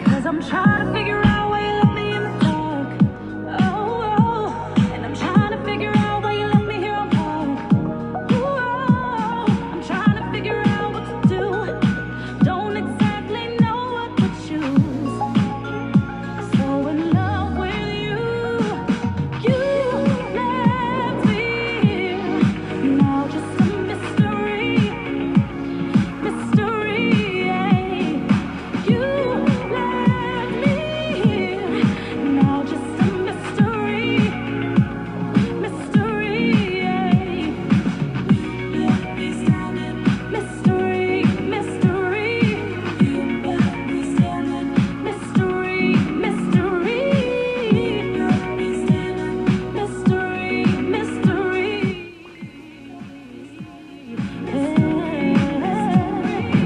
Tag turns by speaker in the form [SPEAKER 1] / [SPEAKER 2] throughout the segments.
[SPEAKER 1] I'm trying to figure out why you left me in the dark. Oh, oh. and I'm trying to figure out why you left me here on park. Ooh, oh. I'm trying to figure out what to do. Don't exactly know what to choose. So in love with you, you left me here. Now just a mystery. Mystery, you left me here. Now just a mystery, mystery. Mystery, mystery, you left me standing. Mystery, mystery, you left me standing. Mystery, mystery,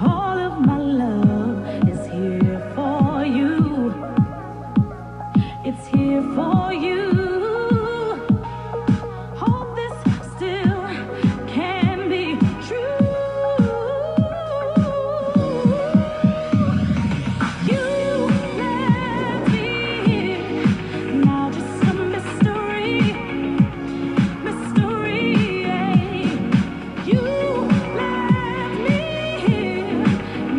[SPEAKER 1] all of my love is here for you. It's here for you. Hope this still can be true. You left me here. Now just a mystery, mystery. You left me here.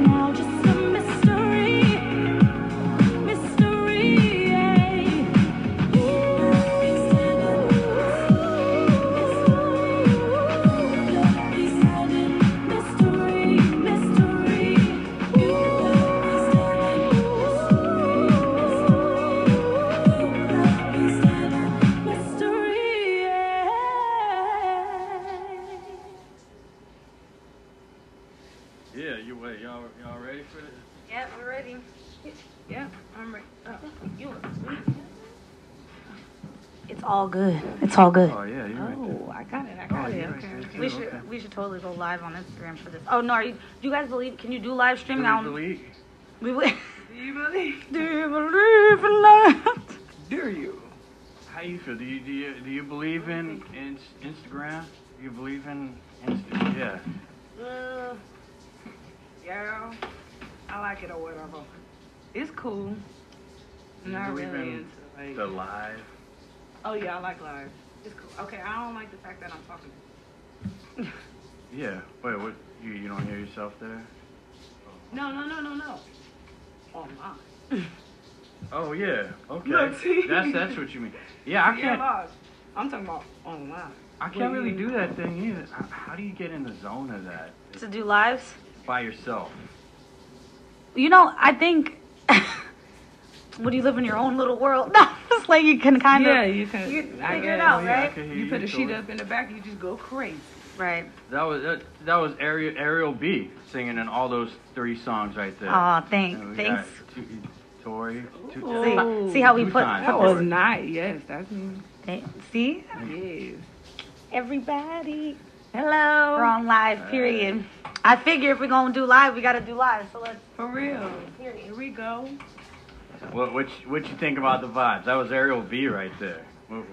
[SPEAKER 1] Now just a mystery. Mystery, you left me standing. You left me standing. Mystery, mystery, you left me standing. Mystery, you left me standing. Mystery.
[SPEAKER 2] Yeah, you wait. Y'all, y'all ready for this?
[SPEAKER 3] Yeah, we're ready.
[SPEAKER 1] Yeah, I'm ready. Oh, you look sweet.
[SPEAKER 3] It's all good. It's all good.
[SPEAKER 2] Oh yeah, you right there.
[SPEAKER 1] Oh, I got it. I
[SPEAKER 2] Oh,
[SPEAKER 1] got
[SPEAKER 2] you
[SPEAKER 1] it.
[SPEAKER 2] right
[SPEAKER 1] Okay.
[SPEAKER 2] there too.
[SPEAKER 3] We
[SPEAKER 2] okay.
[SPEAKER 3] should we should totally go live on Instagram for this. Oh no, are you, do you guys believe? Can you do live streaming? I
[SPEAKER 2] Can we
[SPEAKER 3] don't.
[SPEAKER 2] delete?
[SPEAKER 3] We believe.
[SPEAKER 2] Do you believe?
[SPEAKER 3] Do you believe in that?
[SPEAKER 2] Do you? How you feel? Do you do you, do you believe in, in Instagram? Do you believe in Insta? Yeah.
[SPEAKER 1] Uh, yeah, I like it or whatever. It's cool.
[SPEAKER 2] You
[SPEAKER 1] Not
[SPEAKER 2] believe
[SPEAKER 1] really
[SPEAKER 2] in
[SPEAKER 1] into like.
[SPEAKER 2] The live.
[SPEAKER 1] oh yeah, I like live. It's cool. Okay, I don't like the fact that I'm talking.
[SPEAKER 2] Yeah. Wait, what? You you don't hear yourself there?
[SPEAKER 1] No, no, no, no, no. Online.
[SPEAKER 2] Oh yeah. Okay.
[SPEAKER 1] Look, see?
[SPEAKER 2] that's that's what you mean. Yeah, I
[SPEAKER 1] Yeah,
[SPEAKER 2] can't.
[SPEAKER 1] live. I'm talking about online.
[SPEAKER 2] I can't really do that thing either. How how do you get in the zone of that
[SPEAKER 3] to do lives.
[SPEAKER 2] by yourself?
[SPEAKER 3] You know, I think. when you live in your own little world? No, it's like you can kind
[SPEAKER 1] yeah,
[SPEAKER 3] of
[SPEAKER 1] you can.
[SPEAKER 3] you
[SPEAKER 1] I
[SPEAKER 3] figure it
[SPEAKER 1] guess.
[SPEAKER 3] out,
[SPEAKER 2] Oh, yeah, I
[SPEAKER 3] right?
[SPEAKER 2] can hear
[SPEAKER 1] You put a sheet
[SPEAKER 2] Tori.
[SPEAKER 1] up in the back, you just go crazy.
[SPEAKER 3] Right.
[SPEAKER 2] That was that, that was Ariel, Ariel B singing in all those three songs right there.
[SPEAKER 3] Aw,
[SPEAKER 2] And we
[SPEAKER 3] thanks, thanks.
[SPEAKER 2] got two- Tori. two-
[SPEAKER 1] Ooh.
[SPEAKER 2] two-
[SPEAKER 3] See, see how we
[SPEAKER 2] Two
[SPEAKER 3] put.
[SPEAKER 2] times.
[SPEAKER 1] That was nice. Yes, that's me.
[SPEAKER 3] Thank- See,
[SPEAKER 2] Mm.
[SPEAKER 1] Yes.
[SPEAKER 3] everybody.
[SPEAKER 1] Hello.
[SPEAKER 3] We're on live, period. I figure if we're gonna do live, we gotta do live. So let's.
[SPEAKER 1] For real. Here we go.
[SPEAKER 2] What what you, what you think about the vibes? That was Ariel B right there. What,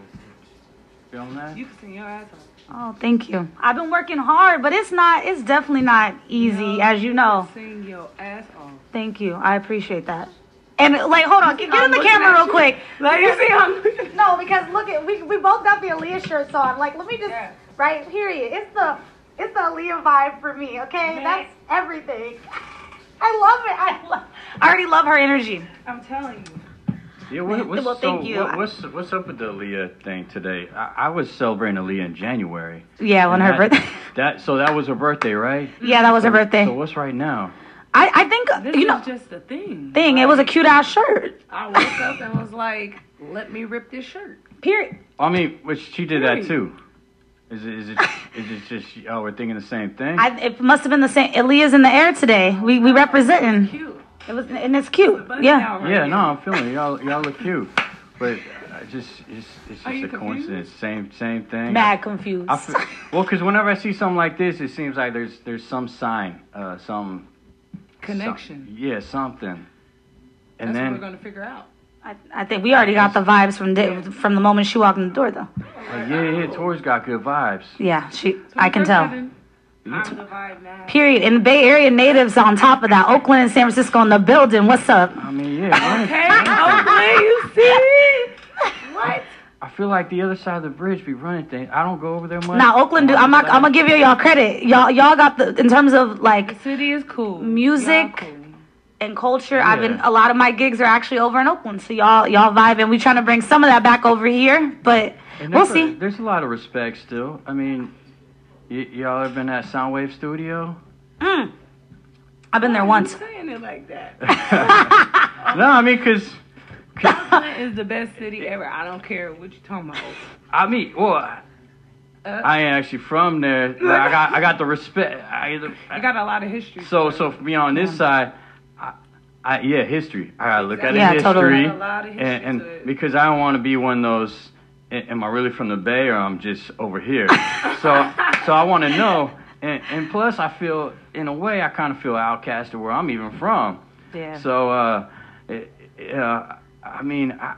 [SPEAKER 2] feeling that?
[SPEAKER 1] You can sing your ass off.
[SPEAKER 3] Oh, thank you. I've been working hard, but it's not. It's definitely not easy,
[SPEAKER 1] No,
[SPEAKER 3] as you know.
[SPEAKER 1] can Sing your ass off.
[SPEAKER 3] Thank you. I appreciate that. And like, hold on. Get, get in
[SPEAKER 1] I'm
[SPEAKER 3] the
[SPEAKER 1] looking
[SPEAKER 3] camera
[SPEAKER 1] at
[SPEAKER 3] real
[SPEAKER 1] you.
[SPEAKER 3] quick.
[SPEAKER 1] Like you see, I'm
[SPEAKER 3] No, because look at we we both got the Aaliyah shirts on. Like, let me just
[SPEAKER 1] Yeah.
[SPEAKER 3] right period. It's the it's the Aaliyah vibe for me. Okay,
[SPEAKER 1] Man.
[SPEAKER 3] that's everything. I love it. I, lo- I already love her energy.
[SPEAKER 1] I'm telling you.
[SPEAKER 2] Yeah, what, what's,
[SPEAKER 3] Well, thank
[SPEAKER 2] so
[SPEAKER 3] you.
[SPEAKER 2] What, what's what's up with the Aaliyah thing today? I, I was celebrating Aaliyah in January.
[SPEAKER 3] Yeah,
[SPEAKER 2] And
[SPEAKER 3] on her
[SPEAKER 2] that-
[SPEAKER 3] birthday.
[SPEAKER 2] That so that was her birthday, right?
[SPEAKER 3] yeah, that was her birthday.
[SPEAKER 2] So what's right now?
[SPEAKER 3] I I think
[SPEAKER 1] This
[SPEAKER 3] you
[SPEAKER 1] is
[SPEAKER 3] know
[SPEAKER 1] just a thing.
[SPEAKER 3] thing. It was a cute ass shirt.
[SPEAKER 1] I woke up and was like, let me rip this shirt.
[SPEAKER 3] Period.
[SPEAKER 2] I mean, which she did that
[SPEAKER 1] Period.
[SPEAKER 2] too. Is it is it is it just oh we're thinking the same thing?
[SPEAKER 3] I, it must have been the same. Aaliyah's in the air today. We we representing.
[SPEAKER 1] Cute.
[SPEAKER 3] It was and it's cute.
[SPEAKER 1] Bust
[SPEAKER 3] Yeah.
[SPEAKER 1] down right
[SPEAKER 2] Yeah,
[SPEAKER 1] here.
[SPEAKER 2] no, I'm feeling it. y'all. Y'all look cute, but I just it's, it's just
[SPEAKER 1] Are
[SPEAKER 2] a
[SPEAKER 1] you
[SPEAKER 2] coincidence. Same same thing.
[SPEAKER 3] Mad confused.
[SPEAKER 2] I, I feel, well, because whenever I see something like this, it seems like there's there's some sign, uh, some
[SPEAKER 1] Connection.
[SPEAKER 2] some- yeah, something.
[SPEAKER 1] That's
[SPEAKER 2] And
[SPEAKER 1] what
[SPEAKER 2] then
[SPEAKER 1] we're going to figure out.
[SPEAKER 3] I, I think we already got the vibes from the, from the moment she walked in the door though.
[SPEAKER 2] uh, yeah, yeah, Tori's got good vibes.
[SPEAKER 3] Yeah, she. I can tell.
[SPEAKER 1] Ribbon.
[SPEAKER 2] Mm.
[SPEAKER 4] I'm the vibe now.
[SPEAKER 3] Period. And the Bay Area natives on top of that. Oakland and San Francisco in the building. What's up?
[SPEAKER 2] I mean, yeah. what?
[SPEAKER 4] Okay, Oakland, you see? What?
[SPEAKER 2] I feel like the other side of the bridge be running things. I don't go over there much.
[SPEAKER 3] Now Oakland, dude, I'm not, I'm gonna give you y'all credit. Y'all, y'all got the in terms of like
[SPEAKER 4] City is cool.
[SPEAKER 3] Music.
[SPEAKER 4] Y'all cool.
[SPEAKER 3] and culture. I've been
[SPEAKER 2] Yeah.
[SPEAKER 3] a lot of my gigs are actually over in Oakland, so y'all, y'all vibe, and we trying to bring some of that back over here. But
[SPEAKER 2] And
[SPEAKER 3] we'll
[SPEAKER 2] there's A,
[SPEAKER 3] see.
[SPEAKER 2] there's a lot of respect still. I mean, y- y'all ever been at Soundwave Studio?
[SPEAKER 3] Mm. I've been there once.
[SPEAKER 4] You saying it like that.
[SPEAKER 2] No, I mean, cause
[SPEAKER 4] Oakland is the best city ever. I don't care what you talking about.
[SPEAKER 2] I mean, well, I-
[SPEAKER 4] Uh.
[SPEAKER 2] I ain't actually from there. But I got I got the respect. I,
[SPEAKER 4] You got a lot of history.
[SPEAKER 2] so so for me on this side. I, I, yeah, history. I gotta look at it
[SPEAKER 3] Yeah,
[SPEAKER 2] history,
[SPEAKER 3] totally.
[SPEAKER 4] Got a lot of history
[SPEAKER 2] and, and
[SPEAKER 4] to it.
[SPEAKER 2] because I don't want to be one of those. "A- Am I really from the Bay or I'm just over here? so so I want to know, and, and plus I feel in a way I kind of feel outcast to where I'm even from.
[SPEAKER 3] Yeah.
[SPEAKER 2] So, uh, it- uh, I mean, I,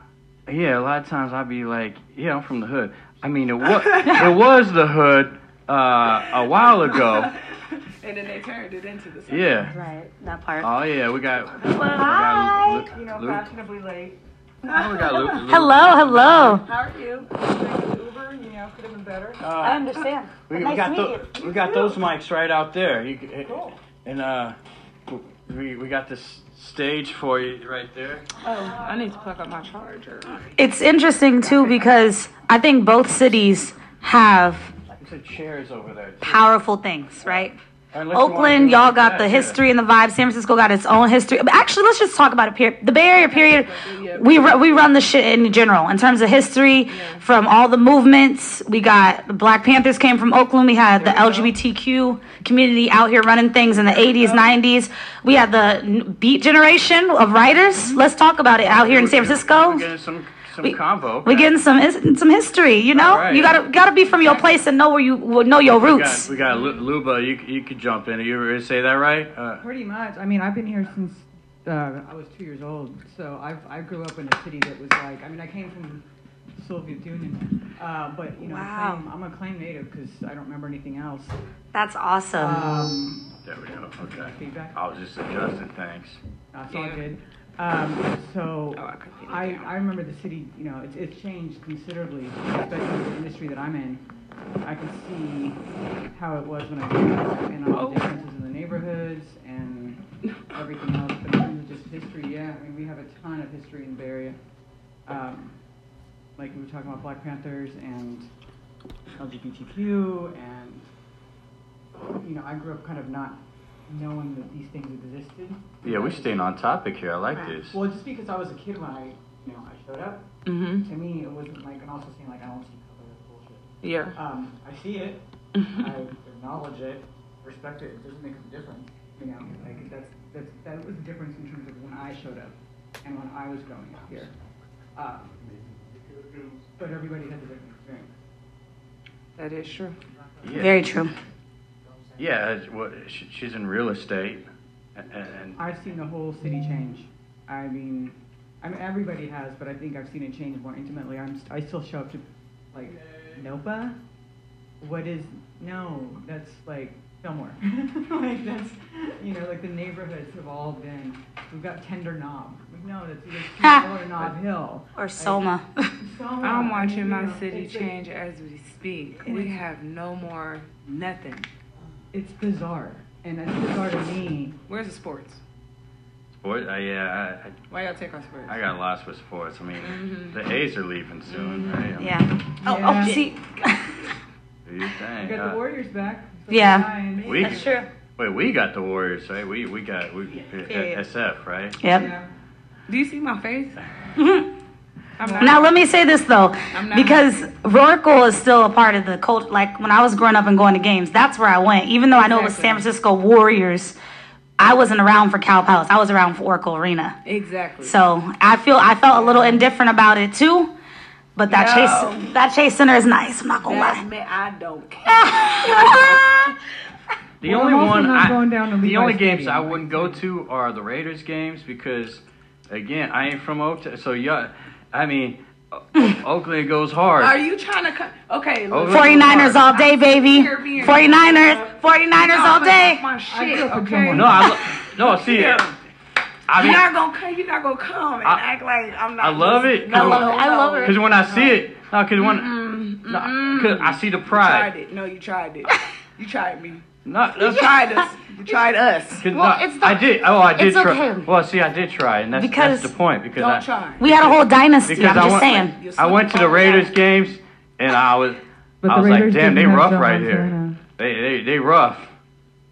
[SPEAKER 2] yeah, a lot of times I'd be like, yeah, I'm from the hood. I mean, it was, it was the hood uh, a while ago.
[SPEAKER 4] and then they turned it into the city.
[SPEAKER 2] Yeah.
[SPEAKER 3] Right, that part.
[SPEAKER 2] Oh yeah, we got. We
[SPEAKER 4] Hi.
[SPEAKER 2] got Luke,
[SPEAKER 4] You know,
[SPEAKER 2] Luke.
[SPEAKER 4] fashionably late.
[SPEAKER 2] Oh, we got Luke, Luke.
[SPEAKER 3] hello, hello.
[SPEAKER 4] How are you? Taking an Uber, you know, could have been better.
[SPEAKER 3] I understand.
[SPEAKER 2] We, we
[SPEAKER 3] nice
[SPEAKER 2] got
[SPEAKER 3] to meet
[SPEAKER 2] tho- we got those mics right out there. You, c- And uh, we we got this stage for you right there.
[SPEAKER 4] Oh, I need to plug up my charger.
[SPEAKER 3] It's interesting too because I think both cities have
[SPEAKER 2] There's chairs over there. too.
[SPEAKER 3] powerful things, right?
[SPEAKER 2] Unless you wanna
[SPEAKER 3] Oakland,
[SPEAKER 2] do
[SPEAKER 3] y'all
[SPEAKER 2] like
[SPEAKER 3] got
[SPEAKER 2] that,
[SPEAKER 3] the
[SPEAKER 2] yeah.
[SPEAKER 3] history and the vibe. San Francisco got its own history. But actually, let's just talk about it. Period. The Bay Area period. We ru- we run the shit in general in terms of history from all the movements. We got the Black Panthers came from Oakland. We had the LGBTQ community out here running things in the 80s, 90s. We had the n- Beat generation of
[SPEAKER 2] Mm-hmm.
[SPEAKER 3] writers. Let's talk about it out here in San Francisco.
[SPEAKER 2] We're getting some some combo.
[SPEAKER 3] We getting some his- some history, you know.
[SPEAKER 2] Alright.
[SPEAKER 3] You gotta gotta be from your place and know where you know your
[SPEAKER 2] We got,
[SPEAKER 3] roots.
[SPEAKER 2] we got Lu- Luba. You c- you could jump in. You ever say that right? Uh,
[SPEAKER 5] Pretty much. I mean, I've been here since uh, I was two years old. So I've, I grew up in a city that was like, I mean, I came from Soviet Union, uh, but you know,
[SPEAKER 3] Wow.
[SPEAKER 5] claim, I'm a claim native because I don't remember anything else.
[SPEAKER 3] That's awesome.
[SPEAKER 5] Um,
[SPEAKER 2] there we go. Okay.
[SPEAKER 5] feedback.
[SPEAKER 2] I was just adjusting. Thanks.
[SPEAKER 5] That's all good. Um, so
[SPEAKER 4] Oh, I could feel it
[SPEAKER 5] I,
[SPEAKER 4] now.
[SPEAKER 5] I remember the city, you know, it's, it's changed considerably, especially the industry that I'm in. I can see how it was when I grew up and
[SPEAKER 4] Oh.
[SPEAKER 5] all the differences in the neighborhoods and everything else. But in terms of just history, yeah, I mean, we have a ton of history in the Bay Area. Um, like we were talking about Black Panthers and LGBTQ and you know, I grew up kind of not knowing that these things existed.
[SPEAKER 2] Yeah, we're staying on topic here. I like this.
[SPEAKER 5] Well, just because I was a kid when I, you know, I showed up,
[SPEAKER 4] Mm-hmm.
[SPEAKER 5] to me it wasn't like, and also seemed like I don't see color as bullshit.
[SPEAKER 4] Yeah.
[SPEAKER 5] Um, I see it, I acknowledge it, respect it. It doesn't make a difference, you know. Like that's that's that was the difference in terms of when I showed up and when I was growing up here. Um, but everybody has a different experience.
[SPEAKER 4] That is true.
[SPEAKER 2] Yeah.
[SPEAKER 3] Very true.
[SPEAKER 2] Yeah. it's- Well, sh- she's in real estate, and, and
[SPEAKER 5] I've seen the whole city change. I mean, I mean everybody has, but I think I've seen it change more intimately. I'm st- I still show up to like NOPA. What is no? That's like somewhere. like that's you know like the neighborhoods have all been. We've got Tender Knob. Like, No, that's either Knob or Knob Hill.
[SPEAKER 3] Or Soma.
[SPEAKER 4] I'm watching my
[SPEAKER 5] know,
[SPEAKER 4] city
[SPEAKER 5] it's like-
[SPEAKER 4] change as we speak. We have no more nothing.
[SPEAKER 5] It's bizarre, and it's bizarre to me.
[SPEAKER 4] Where's the sports?
[SPEAKER 2] sport. I, uh, yeah, I-
[SPEAKER 4] Why y'all take our sports?
[SPEAKER 2] I, I got lost with sports. I mean,
[SPEAKER 5] Mm-hmm.
[SPEAKER 2] the A's are leaving soon. Right? I mean,
[SPEAKER 3] yeah. Oh,
[SPEAKER 5] Yeah.
[SPEAKER 3] oh see.
[SPEAKER 2] do you
[SPEAKER 5] We
[SPEAKER 2] think?
[SPEAKER 5] got
[SPEAKER 2] Uh,
[SPEAKER 5] the Warriors back. so
[SPEAKER 3] Yeah.
[SPEAKER 5] fine.
[SPEAKER 2] we
[SPEAKER 3] That's true.
[SPEAKER 2] wait. We got the Warriors, right? We we got we
[SPEAKER 3] Period.
[SPEAKER 2] SF, right?
[SPEAKER 3] Yep.
[SPEAKER 5] Yeah.
[SPEAKER 4] Do you see my face? I'm not.
[SPEAKER 3] Now let me say this though,
[SPEAKER 4] not-
[SPEAKER 3] because Roracle is still a part of the culture. Like when I was growing up and going to games, that's where I went. Even though I know it was
[SPEAKER 4] Exactly.
[SPEAKER 3] San Francisco Warriors, I wasn't around for Cow Palace. I was around for Oracle Arena.
[SPEAKER 4] Exactly.
[SPEAKER 3] So I feel I felt a little indifferent about it too. But
[SPEAKER 4] No.
[SPEAKER 3] that chase that chase center is nice. I'm not gonna
[SPEAKER 4] that man, I don't care.
[SPEAKER 3] lie.
[SPEAKER 2] The
[SPEAKER 5] Well,
[SPEAKER 2] only
[SPEAKER 5] I'm also
[SPEAKER 2] one
[SPEAKER 5] not
[SPEAKER 2] I,
[SPEAKER 5] going down to
[SPEAKER 2] the
[SPEAKER 5] Levi's
[SPEAKER 2] only games I
[SPEAKER 5] Stadium.
[SPEAKER 2] wouldn't go to are the Raiders games because again I ain't from Oaktown. So yeah, I mean Oakland it goes hard.
[SPEAKER 4] Are you trying to cut? Okay, look.
[SPEAKER 2] Oh,
[SPEAKER 3] 49ers all day, baby.
[SPEAKER 4] Beer, beer.
[SPEAKER 3] 49ers,
[SPEAKER 2] Oh.
[SPEAKER 3] 49ers all day.
[SPEAKER 4] My shit,
[SPEAKER 5] feel for
[SPEAKER 4] okay.
[SPEAKER 5] Jamal.
[SPEAKER 2] no, I lo- no. See, I
[SPEAKER 4] you're
[SPEAKER 2] mean,
[SPEAKER 4] not gonna come. You're not gonna come and
[SPEAKER 2] I-
[SPEAKER 4] act like I'm not.
[SPEAKER 2] I love it.
[SPEAKER 4] No, no,
[SPEAKER 3] I
[SPEAKER 4] no.
[SPEAKER 3] love it.
[SPEAKER 2] Because when I see it, no, because when no, 'cause I see the
[SPEAKER 4] You tried
[SPEAKER 2] pride.
[SPEAKER 4] it. No, you tried it. You tried me.
[SPEAKER 2] No,
[SPEAKER 4] You
[SPEAKER 2] that's
[SPEAKER 4] tried us. You tried us.
[SPEAKER 2] 'cause,
[SPEAKER 3] Well,
[SPEAKER 2] no,
[SPEAKER 3] it's the-
[SPEAKER 2] I did. Oh, I did
[SPEAKER 3] it's
[SPEAKER 2] try.
[SPEAKER 3] okay.
[SPEAKER 2] Well, see, I did try, and that's,
[SPEAKER 3] Because-
[SPEAKER 2] that's the point. Because I,
[SPEAKER 4] Don't try.
[SPEAKER 3] We had a whole dynasty.
[SPEAKER 2] Because
[SPEAKER 3] I'm just
[SPEAKER 2] went,
[SPEAKER 3] saying. Oh,
[SPEAKER 4] You're
[SPEAKER 2] I went to the
[SPEAKER 4] sleeping on
[SPEAKER 2] Raiders games, and I was,
[SPEAKER 5] But
[SPEAKER 2] I
[SPEAKER 5] the
[SPEAKER 2] was like,
[SPEAKER 5] Raiders
[SPEAKER 2] damn,
[SPEAKER 5] didn't
[SPEAKER 2] they
[SPEAKER 5] have
[SPEAKER 2] rough
[SPEAKER 5] Joe
[SPEAKER 2] right here.
[SPEAKER 5] Montana.
[SPEAKER 2] They, they, they rough.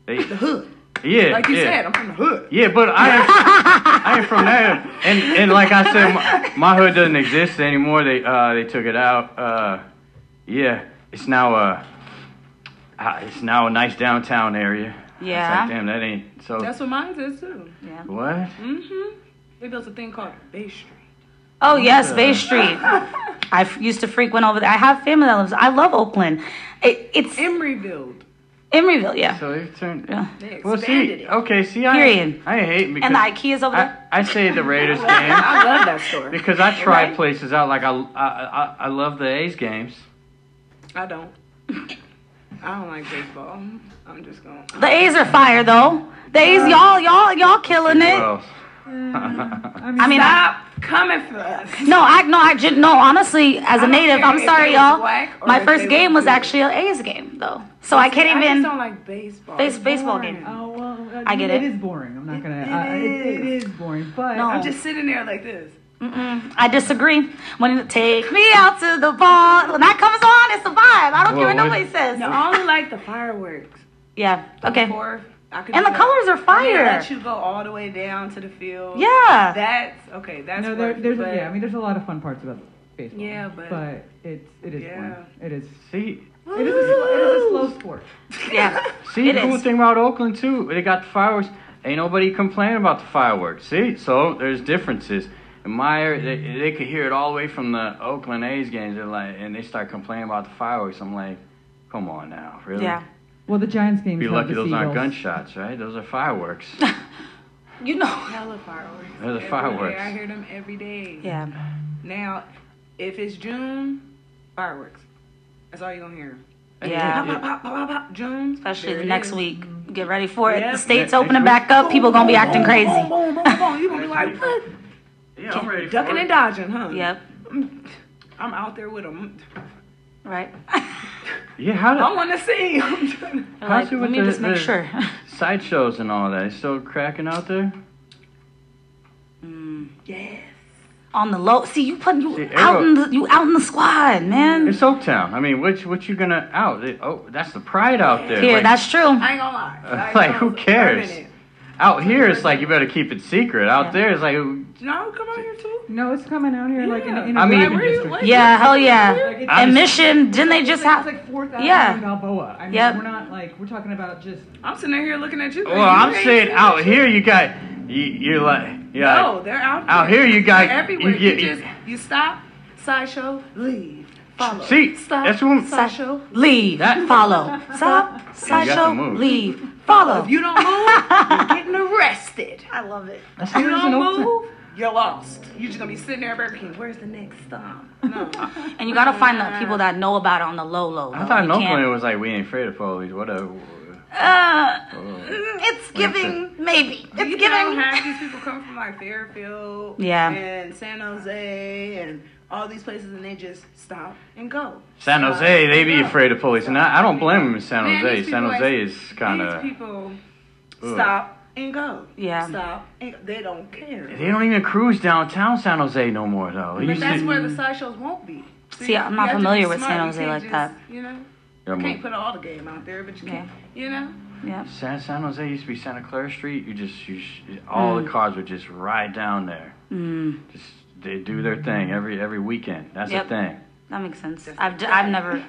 [SPEAKER 2] They,
[SPEAKER 4] The hood.
[SPEAKER 2] yeah,
[SPEAKER 4] Like you
[SPEAKER 2] yeah.
[SPEAKER 4] said, I'm from the hood.
[SPEAKER 2] Yeah, but I ain't, I ain't from there. And and like I said, my, my hood doesn't exist anymore. They uh they took it out. Uh, yeah, it's now uh uh, it's now a nice downtown area.
[SPEAKER 3] Yeah.
[SPEAKER 2] It's like, damn, that ain't so.
[SPEAKER 4] That's what mine is too.
[SPEAKER 2] what?
[SPEAKER 4] Mm-hmm. They built a thing called Bay Street.
[SPEAKER 3] Oh yes, Bay Street. I f- used to frequent over there. I have family that lives. I love Oakland. It, it's
[SPEAKER 4] Emeryville.
[SPEAKER 3] Emeryville, yeah.
[SPEAKER 2] So it turned.
[SPEAKER 3] Yeah.
[SPEAKER 4] They expanded
[SPEAKER 2] Well, see,
[SPEAKER 4] it.
[SPEAKER 2] okay, see, I
[SPEAKER 3] Period.
[SPEAKER 2] I hate because
[SPEAKER 3] And the IKEA's over
[SPEAKER 2] I,
[SPEAKER 3] there.
[SPEAKER 2] I say the Raiders game
[SPEAKER 4] I love that story.
[SPEAKER 2] because I try
[SPEAKER 4] Right?
[SPEAKER 2] places out. Like I, I I I love the A's games.
[SPEAKER 4] I don't. I don't like baseball. I'm just gonna.
[SPEAKER 3] The A's are fire though. The A's, y'all, y'all, y'all killing it. Um,
[SPEAKER 2] Well,
[SPEAKER 3] I mean, I,
[SPEAKER 4] Stop coming for us.
[SPEAKER 3] no, I no, I gen- no. Honestly, as a
[SPEAKER 4] don't
[SPEAKER 3] native,
[SPEAKER 4] care
[SPEAKER 3] I'm
[SPEAKER 4] if
[SPEAKER 3] sorry,
[SPEAKER 4] they was
[SPEAKER 3] y'all.
[SPEAKER 4] whack or
[SPEAKER 3] My
[SPEAKER 4] if
[SPEAKER 3] first
[SPEAKER 4] they
[SPEAKER 3] game
[SPEAKER 4] was
[SPEAKER 3] was
[SPEAKER 4] good.
[SPEAKER 3] actually an A's game though, so I can't
[SPEAKER 4] I just
[SPEAKER 3] even.
[SPEAKER 4] don't like baseball.
[SPEAKER 3] Base, baseball game.
[SPEAKER 5] Oh well,
[SPEAKER 3] I get it.
[SPEAKER 5] It is boring. I'm not gonna.
[SPEAKER 4] it
[SPEAKER 5] I, it, it
[SPEAKER 4] is.
[SPEAKER 5] is boring, but
[SPEAKER 3] No.
[SPEAKER 4] I'm just sitting there like this.
[SPEAKER 3] Mm-mm, I disagree. When you take me out to the ball, when that comes on, it's a vibe. I don't
[SPEAKER 2] Well,
[SPEAKER 3] care what
[SPEAKER 2] when-
[SPEAKER 3] nobody says.
[SPEAKER 4] No, I only like the fireworks.
[SPEAKER 3] Yeah. Okay.
[SPEAKER 4] Or I could
[SPEAKER 3] And the
[SPEAKER 4] do that.
[SPEAKER 3] colors are
[SPEAKER 4] I mean,
[SPEAKER 3] fire.
[SPEAKER 4] Let you go all the way down to the field.
[SPEAKER 3] Yeah.
[SPEAKER 4] That's okay. That's
[SPEAKER 5] no, there,
[SPEAKER 4] worth it,
[SPEAKER 5] there's
[SPEAKER 4] but-
[SPEAKER 5] yeah. I mean, there's a lot of fun parts about baseball.
[SPEAKER 4] Yeah, but-
[SPEAKER 5] but it's it is
[SPEAKER 4] Yeah.
[SPEAKER 5] boring. It is.
[SPEAKER 2] see,
[SPEAKER 5] It is, a, sl- it is a slow sport.
[SPEAKER 3] yeah.
[SPEAKER 2] See,
[SPEAKER 3] It
[SPEAKER 2] the cool
[SPEAKER 3] is.
[SPEAKER 2] thing about Oakland too, they got the fireworks. Ain't nobody complaining about the fireworks. See, so there's differences. In my area, they, they could hear it all the way from the Oakland A's games. They're like, and they start complaining about the fireworks. I'm like, come on now, really?
[SPEAKER 3] Yeah.
[SPEAKER 5] Well, the Giants games.
[SPEAKER 2] Be
[SPEAKER 5] have
[SPEAKER 2] lucky
[SPEAKER 5] the
[SPEAKER 2] those aren't
[SPEAKER 5] Seagulls.
[SPEAKER 2] gunshots, right? Those are fireworks.
[SPEAKER 3] You know.
[SPEAKER 4] Hella fireworks.
[SPEAKER 2] Hella
[SPEAKER 4] Every day.
[SPEAKER 2] fireworks.
[SPEAKER 4] I hear them every day.
[SPEAKER 3] Yeah.
[SPEAKER 4] Now, if it's June, fireworks. That's all you're gonna hear.
[SPEAKER 3] Yeah.
[SPEAKER 4] Pop, pop, pop, pop, pop, pop, June.
[SPEAKER 3] Especially
[SPEAKER 4] There
[SPEAKER 3] the
[SPEAKER 4] it
[SPEAKER 3] next
[SPEAKER 4] is.
[SPEAKER 3] week. Get ready for it.
[SPEAKER 4] Yeah.
[SPEAKER 3] The state's
[SPEAKER 2] Ne-
[SPEAKER 3] opening
[SPEAKER 2] next week.
[SPEAKER 3] back up. People gonna be acting
[SPEAKER 4] Boom,
[SPEAKER 3] crazy.
[SPEAKER 4] boom, boom, boom, boom. You're gonna be like, what?
[SPEAKER 2] Yeah, I'm ready.
[SPEAKER 4] Ducking and dodging, huh? Mm.
[SPEAKER 3] Yep.
[SPEAKER 4] I'm out there with them.
[SPEAKER 3] Right.
[SPEAKER 2] Yeah, how
[SPEAKER 4] I
[SPEAKER 3] Oh.
[SPEAKER 2] do
[SPEAKER 4] want to see. I'm trying to-
[SPEAKER 2] it
[SPEAKER 3] like, let
[SPEAKER 2] with
[SPEAKER 3] me
[SPEAKER 2] the-
[SPEAKER 3] just make
[SPEAKER 2] the-
[SPEAKER 3] sure.
[SPEAKER 2] sideshows and all that? It's still cracking out there.
[SPEAKER 3] Mm.
[SPEAKER 4] Yes.
[SPEAKER 3] On the low. See, you put you
[SPEAKER 2] See,
[SPEAKER 3] out
[SPEAKER 2] Arrow-
[SPEAKER 3] in the you out in the squad, man.
[SPEAKER 2] It's Oaktown. I mean, what what you gonna out? oh, that's the pride out there.
[SPEAKER 3] Here,
[SPEAKER 2] Like,
[SPEAKER 3] that's true.
[SPEAKER 4] I ain't gonna lie.
[SPEAKER 2] Uh, Like, who cares?
[SPEAKER 4] Wait a minute.
[SPEAKER 2] out here, it's like you better keep it secret. Out
[SPEAKER 3] Yeah.
[SPEAKER 2] there, it's like
[SPEAKER 4] No, come out here too.
[SPEAKER 5] No, it's coming out here like in, in a
[SPEAKER 2] I mean-
[SPEAKER 5] different
[SPEAKER 2] Where
[SPEAKER 4] you-
[SPEAKER 5] district.
[SPEAKER 4] what-
[SPEAKER 3] Yeah, hell yeah.
[SPEAKER 5] Like, it's-
[SPEAKER 2] I'm-
[SPEAKER 3] And Mission, didn't they
[SPEAKER 5] it's
[SPEAKER 3] just
[SPEAKER 5] like-
[SPEAKER 3] have
[SPEAKER 5] It's like four thousand
[SPEAKER 3] Yeah.
[SPEAKER 5] Balboa. I mean,
[SPEAKER 3] Yep.
[SPEAKER 5] we're not like we're talking about just.
[SPEAKER 4] I'm sitting here looking at you.
[SPEAKER 2] Well, I'm saying out here you got you, you're like yeah.
[SPEAKER 4] No, they're out.
[SPEAKER 2] Out here, you got-
[SPEAKER 4] They're everywhere.
[SPEAKER 2] you
[SPEAKER 4] You,
[SPEAKER 2] get-
[SPEAKER 4] just you stop, sideshow, leave, follow.
[SPEAKER 2] See,
[SPEAKER 4] stop,
[SPEAKER 2] that's what I'm-
[SPEAKER 4] sideshow.
[SPEAKER 3] leave,
[SPEAKER 2] That-
[SPEAKER 3] follow, stop, sideshow,
[SPEAKER 2] move.
[SPEAKER 3] leave, follow.
[SPEAKER 4] If you don't move, you're getting arrested.
[SPEAKER 3] I love it.
[SPEAKER 2] That's
[SPEAKER 4] You
[SPEAKER 2] what it's in
[SPEAKER 4] don't
[SPEAKER 2] Oakland.
[SPEAKER 4] move, you're lost. You're just gonna be sitting there at Burger King. Where's the next stop? No.
[SPEAKER 3] And you gotta find the people that know about it on the low low.
[SPEAKER 2] I
[SPEAKER 3] though.
[SPEAKER 2] thought in
[SPEAKER 3] You can't-
[SPEAKER 2] Oakland it was like we ain't afraid of police. Whatever.
[SPEAKER 3] Uh,
[SPEAKER 2] Oh.
[SPEAKER 3] mm, it's giving maybe. It's
[SPEAKER 4] you know,
[SPEAKER 3] giving.
[SPEAKER 4] half these people come from like Fairfield,
[SPEAKER 3] Yeah.
[SPEAKER 4] and San Jose, and all these places, and they just stop and go.
[SPEAKER 2] San
[SPEAKER 4] Stop
[SPEAKER 2] Jose, they
[SPEAKER 4] and
[SPEAKER 2] be
[SPEAKER 4] go.
[SPEAKER 2] afraid of police, and I, I don't blame them in San
[SPEAKER 4] Man,
[SPEAKER 2] Jose.
[SPEAKER 4] these
[SPEAKER 2] San
[SPEAKER 4] people
[SPEAKER 2] Jose
[SPEAKER 4] ain't-
[SPEAKER 2] is kind of
[SPEAKER 4] These people
[SPEAKER 2] Ugh.
[SPEAKER 4] stop and go.
[SPEAKER 3] Yeah.
[SPEAKER 4] Stop and they don't care.
[SPEAKER 2] they don't even cruise downtown San Jose no more though. They
[SPEAKER 4] But
[SPEAKER 2] used
[SPEAKER 4] that's
[SPEAKER 2] to-
[SPEAKER 4] where the sideshows won't be.
[SPEAKER 3] See, I'm
[SPEAKER 4] you
[SPEAKER 3] not
[SPEAKER 4] have to be
[SPEAKER 3] familiar with
[SPEAKER 4] smart.
[SPEAKER 3] San
[SPEAKER 4] You
[SPEAKER 3] Jose
[SPEAKER 4] can't
[SPEAKER 3] like
[SPEAKER 4] just,
[SPEAKER 3] that.
[SPEAKER 4] You know,
[SPEAKER 2] Yeah,
[SPEAKER 4] you
[SPEAKER 2] mo-
[SPEAKER 4] can't put all the game out there, but you
[SPEAKER 3] Yeah.
[SPEAKER 4] can. You know,
[SPEAKER 3] Yeah.
[SPEAKER 2] San, San Jose used to be Santa Clara Street. You just you sh- all the cars would just ride down there.
[SPEAKER 3] Mm,
[SPEAKER 2] Just they do their thing every every weekend. That's the
[SPEAKER 3] Yep.
[SPEAKER 2] thing.
[SPEAKER 3] that makes sense. I've, j- I've never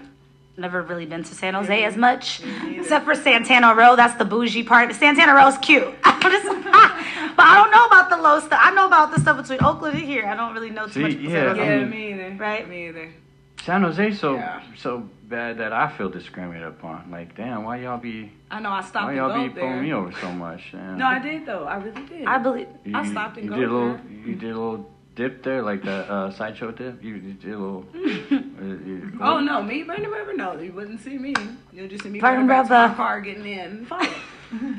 [SPEAKER 3] never really been to San Jose as much, except for Santana Row. That's the bougie part. But Santana Row's cute. I'm just- but I don't know about the low stuff. I know about the stuff between Oakland and here. I don't really know too
[SPEAKER 2] See,
[SPEAKER 3] much. about
[SPEAKER 2] yeah,
[SPEAKER 3] San Jose.
[SPEAKER 2] I
[SPEAKER 4] yeah,
[SPEAKER 2] mean-
[SPEAKER 4] me either.
[SPEAKER 3] Right.
[SPEAKER 4] Me either.
[SPEAKER 2] San Jose so
[SPEAKER 4] Yeah.
[SPEAKER 2] so bad that I feel discriminated upon. Like, damn, why y'all be
[SPEAKER 4] I know. I stopped
[SPEAKER 2] why
[SPEAKER 4] and
[SPEAKER 2] y'all be
[SPEAKER 4] go there.
[SPEAKER 2] pulling me over so much? Yeah.
[SPEAKER 4] No, I did though. I really did.
[SPEAKER 3] I believe.
[SPEAKER 2] you,
[SPEAKER 4] I stopped and
[SPEAKER 2] you
[SPEAKER 4] go
[SPEAKER 2] did a little.
[SPEAKER 4] there.
[SPEAKER 2] You did a little dip there, like the uh, sideshow dip? You, you did a little. uh, you-
[SPEAKER 4] Oh no, me burning rubber? No, you wouldn't see me. You'll just see me
[SPEAKER 3] Burning
[SPEAKER 4] burning rubber. to
[SPEAKER 3] rubber.
[SPEAKER 4] My car getting in. Fuck.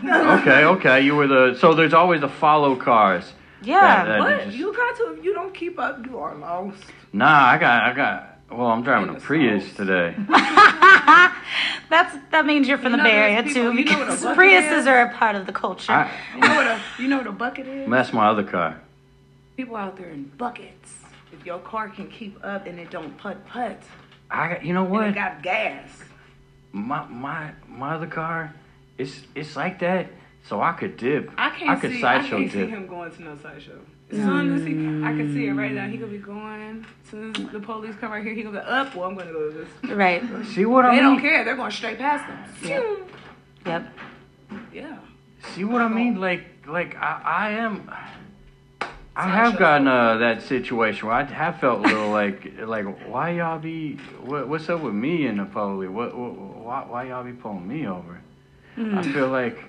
[SPEAKER 2] Okay, okay. You were the. So there's always the follow cars.
[SPEAKER 3] Yeah.
[SPEAKER 2] That- that-
[SPEAKER 4] What?
[SPEAKER 2] just-
[SPEAKER 4] You got to. If you don't keep up, you are lost.
[SPEAKER 2] Nah, I got, I got. Well, I'm driving
[SPEAKER 4] In
[SPEAKER 2] a
[SPEAKER 4] the
[SPEAKER 2] Prius
[SPEAKER 4] South.
[SPEAKER 2] today. uh,
[SPEAKER 3] That's that means you're from
[SPEAKER 4] You
[SPEAKER 3] the
[SPEAKER 4] know
[SPEAKER 3] Bay
[SPEAKER 4] those
[SPEAKER 3] Area
[SPEAKER 4] people-
[SPEAKER 3] too,
[SPEAKER 4] you know what a
[SPEAKER 3] because
[SPEAKER 4] bucket
[SPEAKER 3] Priuses
[SPEAKER 4] is?
[SPEAKER 3] are a part of the culture.
[SPEAKER 2] I,
[SPEAKER 4] You know what a you know what a bucket is?
[SPEAKER 2] that's my other car.
[SPEAKER 4] People out there in buckets. If your car can keep up and it don't putt putt,
[SPEAKER 2] I, you know
[SPEAKER 4] and
[SPEAKER 2] what?
[SPEAKER 4] it got gas.
[SPEAKER 2] my my my other car, it's it's like that. So I could dip.
[SPEAKER 4] I can't
[SPEAKER 2] I could
[SPEAKER 4] see. I
[SPEAKER 2] sideshow
[SPEAKER 4] can't see
[SPEAKER 2] dip.
[SPEAKER 4] him going to no sideshow. As soon as he, I can see it right now. He gonna be going. As soon as the police come right here, he gonna be up. Well, I'm gonna go to this.
[SPEAKER 3] Right.
[SPEAKER 2] See what I
[SPEAKER 4] They don't
[SPEAKER 2] mean?
[SPEAKER 4] care. They're going straight past them.
[SPEAKER 3] Yep.
[SPEAKER 4] Yeah.
[SPEAKER 2] See what I mean? Like like I I am. I have
[SPEAKER 4] Sideshow.
[SPEAKER 2] gotten uh, that situation where I have felt a little like like why y'all be what, what's up with me and the police? What, what why why y'all be pulling me over?
[SPEAKER 4] Hmm.
[SPEAKER 2] I feel like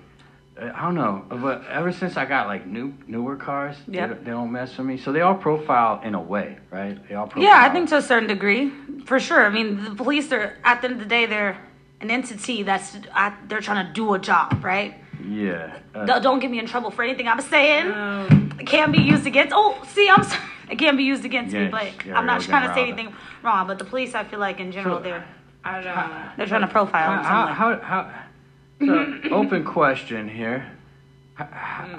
[SPEAKER 2] uh, I don't know, but ever since I got like new newer cars, they
[SPEAKER 3] Yep.
[SPEAKER 2] don't- they, don't mess with me. So they all profile in a way, right? They all profile.
[SPEAKER 3] Yeah, I think to a certain degree, for sure. I mean, the police are at the end of the day, they're an entity that's uh they're trying to do a job, right?
[SPEAKER 2] Yeah. uh,
[SPEAKER 3] Don't- Don't get me in trouble for anything I'm saying.
[SPEAKER 4] Um,
[SPEAKER 3] It can be used against. Oh, see, I'm sorry. It can be used against me,
[SPEAKER 2] Yeah,
[SPEAKER 3] but
[SPEAKER 2] yeah,
[SPEAKER 3] I'm not
[SPEAKER 2] you're
[SPEAKER 3] trying
[SPEAKER 2] getting
[SPEAKER 3] to say
[SPEAKER 2] riled up.
[SPEAKER 3] anything wrong. But the police, I feel like in general,
[SPEAKER 2] So-
[SPEAKER 3] they're
[SPEAKER 4] I don't.
[SPEAKER 3] they're trying to profile. in some
[SPEAKER 2] how,
[SPEAKER 3] way.
[SPEAKER 2] how, how, so, open question here. H- h-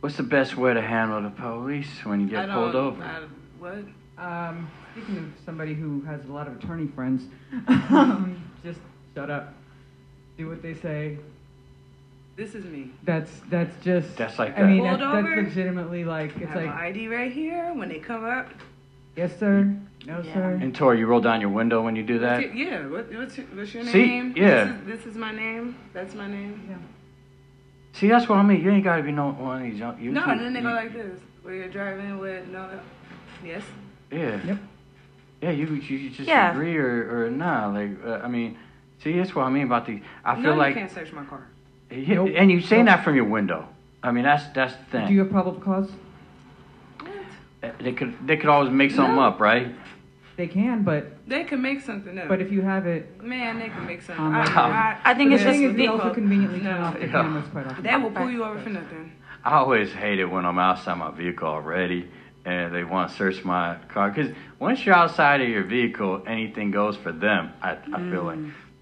[SPEAKER 2] What's the best way to handle the police when you
[SPEAKER 4] I
[SPEAKER 2] get
[SPEAKER 4] don't.
[SPEAKER 2] pulled over?
[SPEAKER 4] I, what?
[SPEAKER 5] Um, speaking of somebody who has a lot of attorney friends, um, just shut up, do what they say.
[SPEAKER 4] This is me.
[SPEAKER 5] That's that's just.
[SPEAKER 2] That's like
[SPEAKER 5] I
[SPEAKER 2] that.
[SPEAKER 5] mean, that's,
[SPEAKER 4] Pulled
[SPEAKER 5] that's
[SPEAKER 4] over?
[SPEAKER 5] legitimately like
[SPEAKER 4] I
[SPEAKER 5] it's
[SPEAKER 4] have my
[SPEAKER 5] like
[SPEAKER 4] ID right here. When they come up,
[SPEAKER 5] yes sir, no sir.
[SPEAKER 2] and Tori, you roll down your window when you do that.
[SPEAKER 4] yeah. What, what's, your, what's your
[SPEAKER 2] See,
[SPEAKER 4] name?
[SPEAKER 2] yeah.
[SPEAKER 4] This is, this is my name. That's my name.
[SPEAKER 2] See, that's what I mean. You ain't gotta be no one of these. young- You
[SPEAKER 4] No,
[SPEAKER 2] can-
[SPEAKER 4] and then they
[SPEAKER 2] you-
[SPEAKER 4] go like this. Where you're driving with no. Yes.
[SPEAKER 2] Yeah.
[SPEAKER 5] Yep.
[SPEAKER 2] Yeah, you you you just
[SPEAKER 3] Yeah.
[SPEAKER 2] agree or or nah. Like uh, I mean, see, that's what I mean about the. I feel
[SPEAKER 4] No,
[SPEAKER 2] like
[SPEAKER 4] you can't search my car.
[SPEAKER 2] yeah,
[SPEAKER 5] Nope.
[SPEAKER 2] and you saying
[SPEAKER 5] Nope.
[SPEAKER 2] that from your window. I mean, that's that's the thing.
[SPEAKER 5] Do you have probable cause?
[SPEAKER 2] Uh, they could they could always make something
[SPEAKER 4] No.
[SPEAKER 2] up, right?
[SPEAKER 5] They can, but
[SPEAKER 4] They can make something up.
[SPEAKER 5] but if you have it,
[SPEAKER 4] man, they can make something.
[SPEAKER 5] Um,
[SPEAKER 4] I, I,
[SPEAKER 3] I think
[SPEAKER 5] the
[SPEAKER 3] it's
[SPEAKER 5] thing
[SPEAKER 3] just
[SPEAKER 5] is they
[SPEAKER 3] people.
[SPEAKER 5] also conveniently turn off the
[SPEAKER 2] Yeah.
[SPEAKER 5] cameras quite often.
[SPEAKER 4] They will pull you over for nothing.
[SPEAKER 2] I always hate it when I'm outside my vehicle already and they want to search my car. Because once you're outside of your vehicle, anything goes for them, I, I feel like.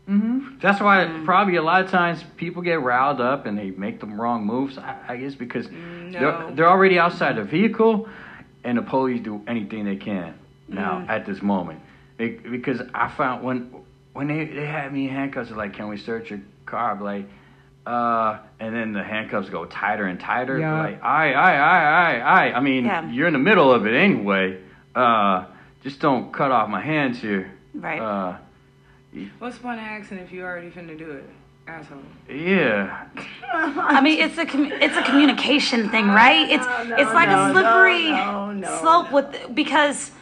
[SPEAKER 5] Mm-hmm.
[SPEAKER 2] That's why probably a lot of times people get riled up and they make the wrong moves, I, I guess, because
[SPEAKER 4] No.
[SPEAKER 2] they're, they're already outside the vehicle and the police do anything they can now at this moment. Be- because I found when when they, they had me in handcuffs, they're like, can we search your car? I'm like, uh, and then the handcuffs go tighter and tighter.
[SPEAKER 5] Yeah.
[SPEAKER 2] Like, I, I, I, I, I. I mean,
[SPEAKER 3] Yeah.
[SPEAKER 2] you're in the middle of it anyway. Uh, just don't cut off my hands here.
[SPEAKER 3] Right.
[SPEAKER 2] Uh,
[SPEAKER 4] What's the point of asking if you already finna do it, asshole?
[SPEAKER 2] yeah.
[SPEAKER 3] I mean, it's a commu- it's a communication thing, right? It's
[SPEAKER 4] no,
[SPEAKER 3] it's like
[SPEAKER 4] no,
[SPEAKER 3] a
[SPEAKER 4] no,
[SPEAKER 3] slippery
[SPEAKER 4] no, no,
[SPEAKER 3] slope with because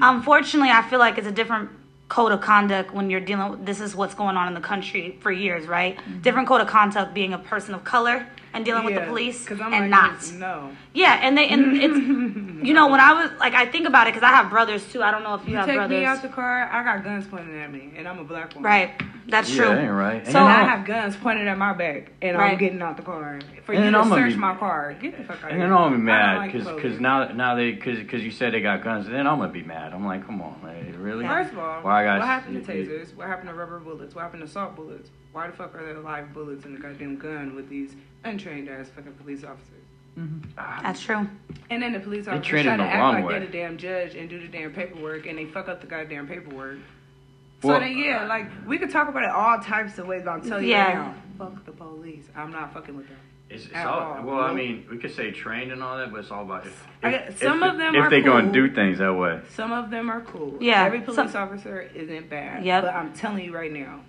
[SPEAKER 3] unfortunately, I feel like it's a different code of conduct when you're dealing. with This is what's going on in the country for years, right?
[SPEAKER 4] Mm-hmm.
[SPEAKER 3] Different code of conduct being a person of color and dealing with the police
[SPEAKER 4] Because
[SPEAKER 3] and
[SPEAKER 4] I'm like,
[SPEAKER 3] not.
[SPEAKER 4] No.
[SPEAKER 3] Yeah, and they and it's you know when I was like I think about it because I have brothers too. I don't know if you,
[SPEAKER 4] You
[SPEAKER 3] have
[SPEAKER 4] take
[SPEAKER 3] brothers,
[SPEAKER 4] me out the car, I got guns pointed at me, and I'm a black woman.
[SPEAKER 3] right? That's
[SPEAKER 2] Yeah,
[SPEAKER 3] true.
[SPEAKER 2] that ain't right. And
[SPEAKER 3] So
[SPEAKER 4] And
[SPEAKER 2] then
[SPEAKER 4] I
[SPEAKER 2] Oh.
[SPEAKER 4] have guns pointed at my back, and
[SPEAKER 3] Right.
[SPEAKER 4] I'm getting out the car. For
[SPEAKER 2] And
[SPEAKER 4] you
[SPEAKER 2] then
[SPEAKER 4] to
[SPEAKER 2] I'm gonna
[SPEAKER 4] search
[SPEAKER 2] be-
[SPEAKER 4] my car, get the fuck out of
[SPEAKER 2] And
[SPEAKER 4] here.
[SPEAKER 2] then I'll be
[SPEAKER 4] I
[SPEAKER 2] mad
[SPEAKER 4] don't like
[SPEAKER 2] because
[SPEAKER 4] police.
[SPEAKER 2] now now they because you said they got guns. Then I'm gonna be mad. I'm like, come on, man, really?
[SPEAKER 4] First of all,
[SPEAKER 2] Why I got-
[SPEAKER 4] what happened to
[SPEAKER 2] you- you-
[SPEAKER 4] tasers? What happened to rubber bullets? What happened to assault bullets? Why the fuck are there live bullets in a goddamn gun with these untrained ass fucking police officers?
[SPEAKER 3] that's true.
[SPEAKER 4] And then the police
[SPEAKER 2] They
[SPEAKER 4] officers
[SPEAKER 2] treat
[SPEAKER 4] try
[SPEAKER 2] him
[SPEAKER 4] to
[SPEAKER 2] the
[SPEAKER 4] act
[SPEAKER 2] wrong
[SPEAKER 4] like
[SPEAKER 2] way.
[SPEAKER 4] they're the damn judge and do the damn paperwork, and they fuck up the goddamn paperwork.
[SPEAKER 2] Well-
[SPEAKER 4] so then, yeah, like we could talk about it all types of ways, but I'm telling
[SPEAKER 3] Yeah.
[SPEAKER 4] you now, fuck the police. I'm not fucking with them.
[SPEAKER 2] It's, it's
[SPEAKER 4] At
[SPEAKER 2] all,
[SPEAKER 4] all.
[SPEAKER 2] well, I mean, we could say trained and all that, but it's all about if,
[SPEAKER 4] I
[SPEAKER 2] if-
[SPEAKER 4] got- some
[SPEAKER 2] if-
[SPEAKER 4] of them
[SPEAKER 2] if
[SPEAKER 4] are
[SPEAKER 2] they go and
[SPEAKER 4] cool.
[SPEAKER 2] do things that way.
[SPEAKER 4] Some of them are cool.
[SPEAKER 3] Yeah,
[SPEAKER 4] Every police
[SPEAKER 3] some-
[SPEAKER 4] officer isn't bad.
[SPEAKER 3] Yep.
[SPEAKER 4] But I'm telling you right now,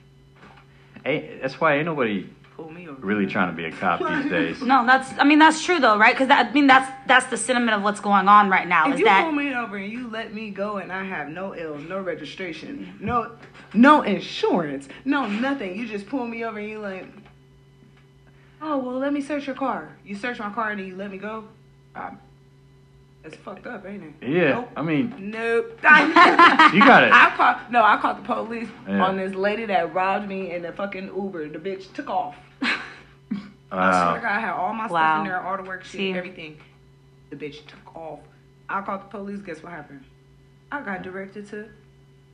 [SPEAKER 2] Ain't- that's why ain't nobody
[SPEAKER 4] pull me over.
[SPEAKER 2] really trying to be a cop these days.
[SPEAKER 3] No, that's I mean that's true though, right? Because I mean that's that's the sentiment of what's going on right now.
[SPEAKER 4] If
[SPEAKER 3] is
[SPEAKER 4] you
[SPEAKER 3] that
[SPEAKER 4] pull me over and you let me go and I have no ills, no registration, no no insurance, no nothing, you just pull me over and you like, oh well, let me search your car. You search my car and then you let me go.
[SPEAKER 2] Um,
[SPEAKER 4] It's fucked up, ain't it?
[SPEAKER 2] Yeah,
[SPEAKER 4] Nope.
[SPEAKER 2] I mean,
[SPEAKER 4] Nope. I
[SPEAKER 2] you got it.
[SPEAKER 4] caught no, I caught the police
[SPEAKER 2] Yeah.
[SPEAKER 4] on this lady that robbed me in the fucking Uber. The bitch took off. I swear to
[SPEAKER 2] Wow.
[SPEAKER 4] God, I had all my
[SPEAKER 3] Wow.
[SPEAKER 4] stuff in there, all the work
[SPEAKER 3] See?
[SPEAKER 4] sheet, everything. The bitch took off. I called the police. Guess what happened? I got directed to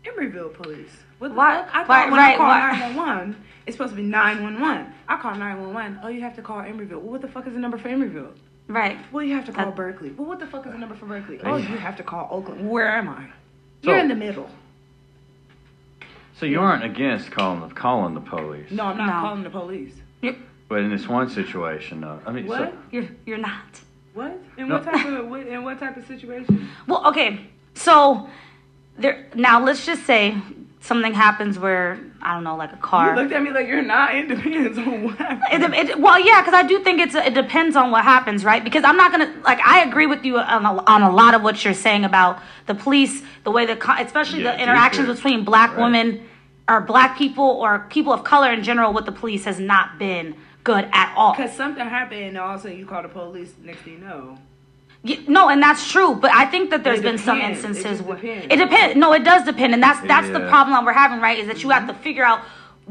[SPEAKER 4] Emeryville police. What the
[SPEAKER 3] Why-
[SPEAKER 4] fuck? I thought
[SPEAKER 3] why-
[SPEAKER 4] when
[SPEAKER 3] right,
[SPEAKER 4] I call
[SPEAKER 3] why-
[SPEAKER 4] 911, it's supposed to be 911. I call 911. Oh, you have to call Emeryville. Well, what the fuck is the number for Emeryville?
[SPEAKER 3] Right.
[SPEAKER 4] Well, you have to call
[SPEAKER 3] Uh,
[SPEAKER 4] Berkeley. Well, what the fuck is the number for Berkeley?
[SPEAKER 2] Hey.
[SPEAKER 4] Oh, you have to call Oakland. Where am I? You're
[SPEAKER 2] So-
[SPEAKER 4] in the middle.
[SPEAKER 2] So you aren't against calling the, calling the police.
[SPEAKER 4] No, I'm not
[SPEAKER 3] No.
[SPEAKER 4] calling the police.
[SPEAKER 2] But in this one situation, though, I mean,
[SPEAKER 4] What?
[SPEAKER 2] So,
[SPEAKER 3] You're you're not.
[SPEAKER 4] What? In
[SPEAKER 2] No.
[SPEAKER 4] what type of what, in what type of situation?
[SPEAKER 3] Well, okay. So there now let's just say something happens where I don't know, like a
[SPEAKER 4] You
[SPEAKER 3] car.
[SPEAKER 4] looked at me like you're not. It depends on what.
[SPEAKER 3] It, it, well, yeah, because I do think it's it depends on what happens, right? Because I'm not gonna like I agree with you on a, on a lot of what you're saying about the police, the way the co- especially
[SPEAKER 2] Yeah,
[SPEAKER 3] the interactions
[SPEAKER 2] people.
[SPEAKER 3] between black
[SPEAKER 2] Right.
[SPEAKER 3] women or black people or people of color in general with the police has not been good at all.
[SPEAKER 4] Because something happened, and all of a sudden you call the police. Next thing you know,
[SPEAKER 3] Y- No, and that's true, but I think that there's
[SPEAKER 4] It
[SPEAKER 3] been some
[SPEAKER 4] depends. It
[SPEAKER 3] instances
[SPEAKER 4] just
[SPEAKER 3] where
[SPEAKER 4] depends.
[SPEAKER 3] it depends. No, it does depend, and that's that's the
[SPEAKER 2] Yeah.
[SPEAKER 3] problem that we're having, right? Is that you
[SPEAKER 4] Mm-hmm.
[SPEAKER 3] have to figure out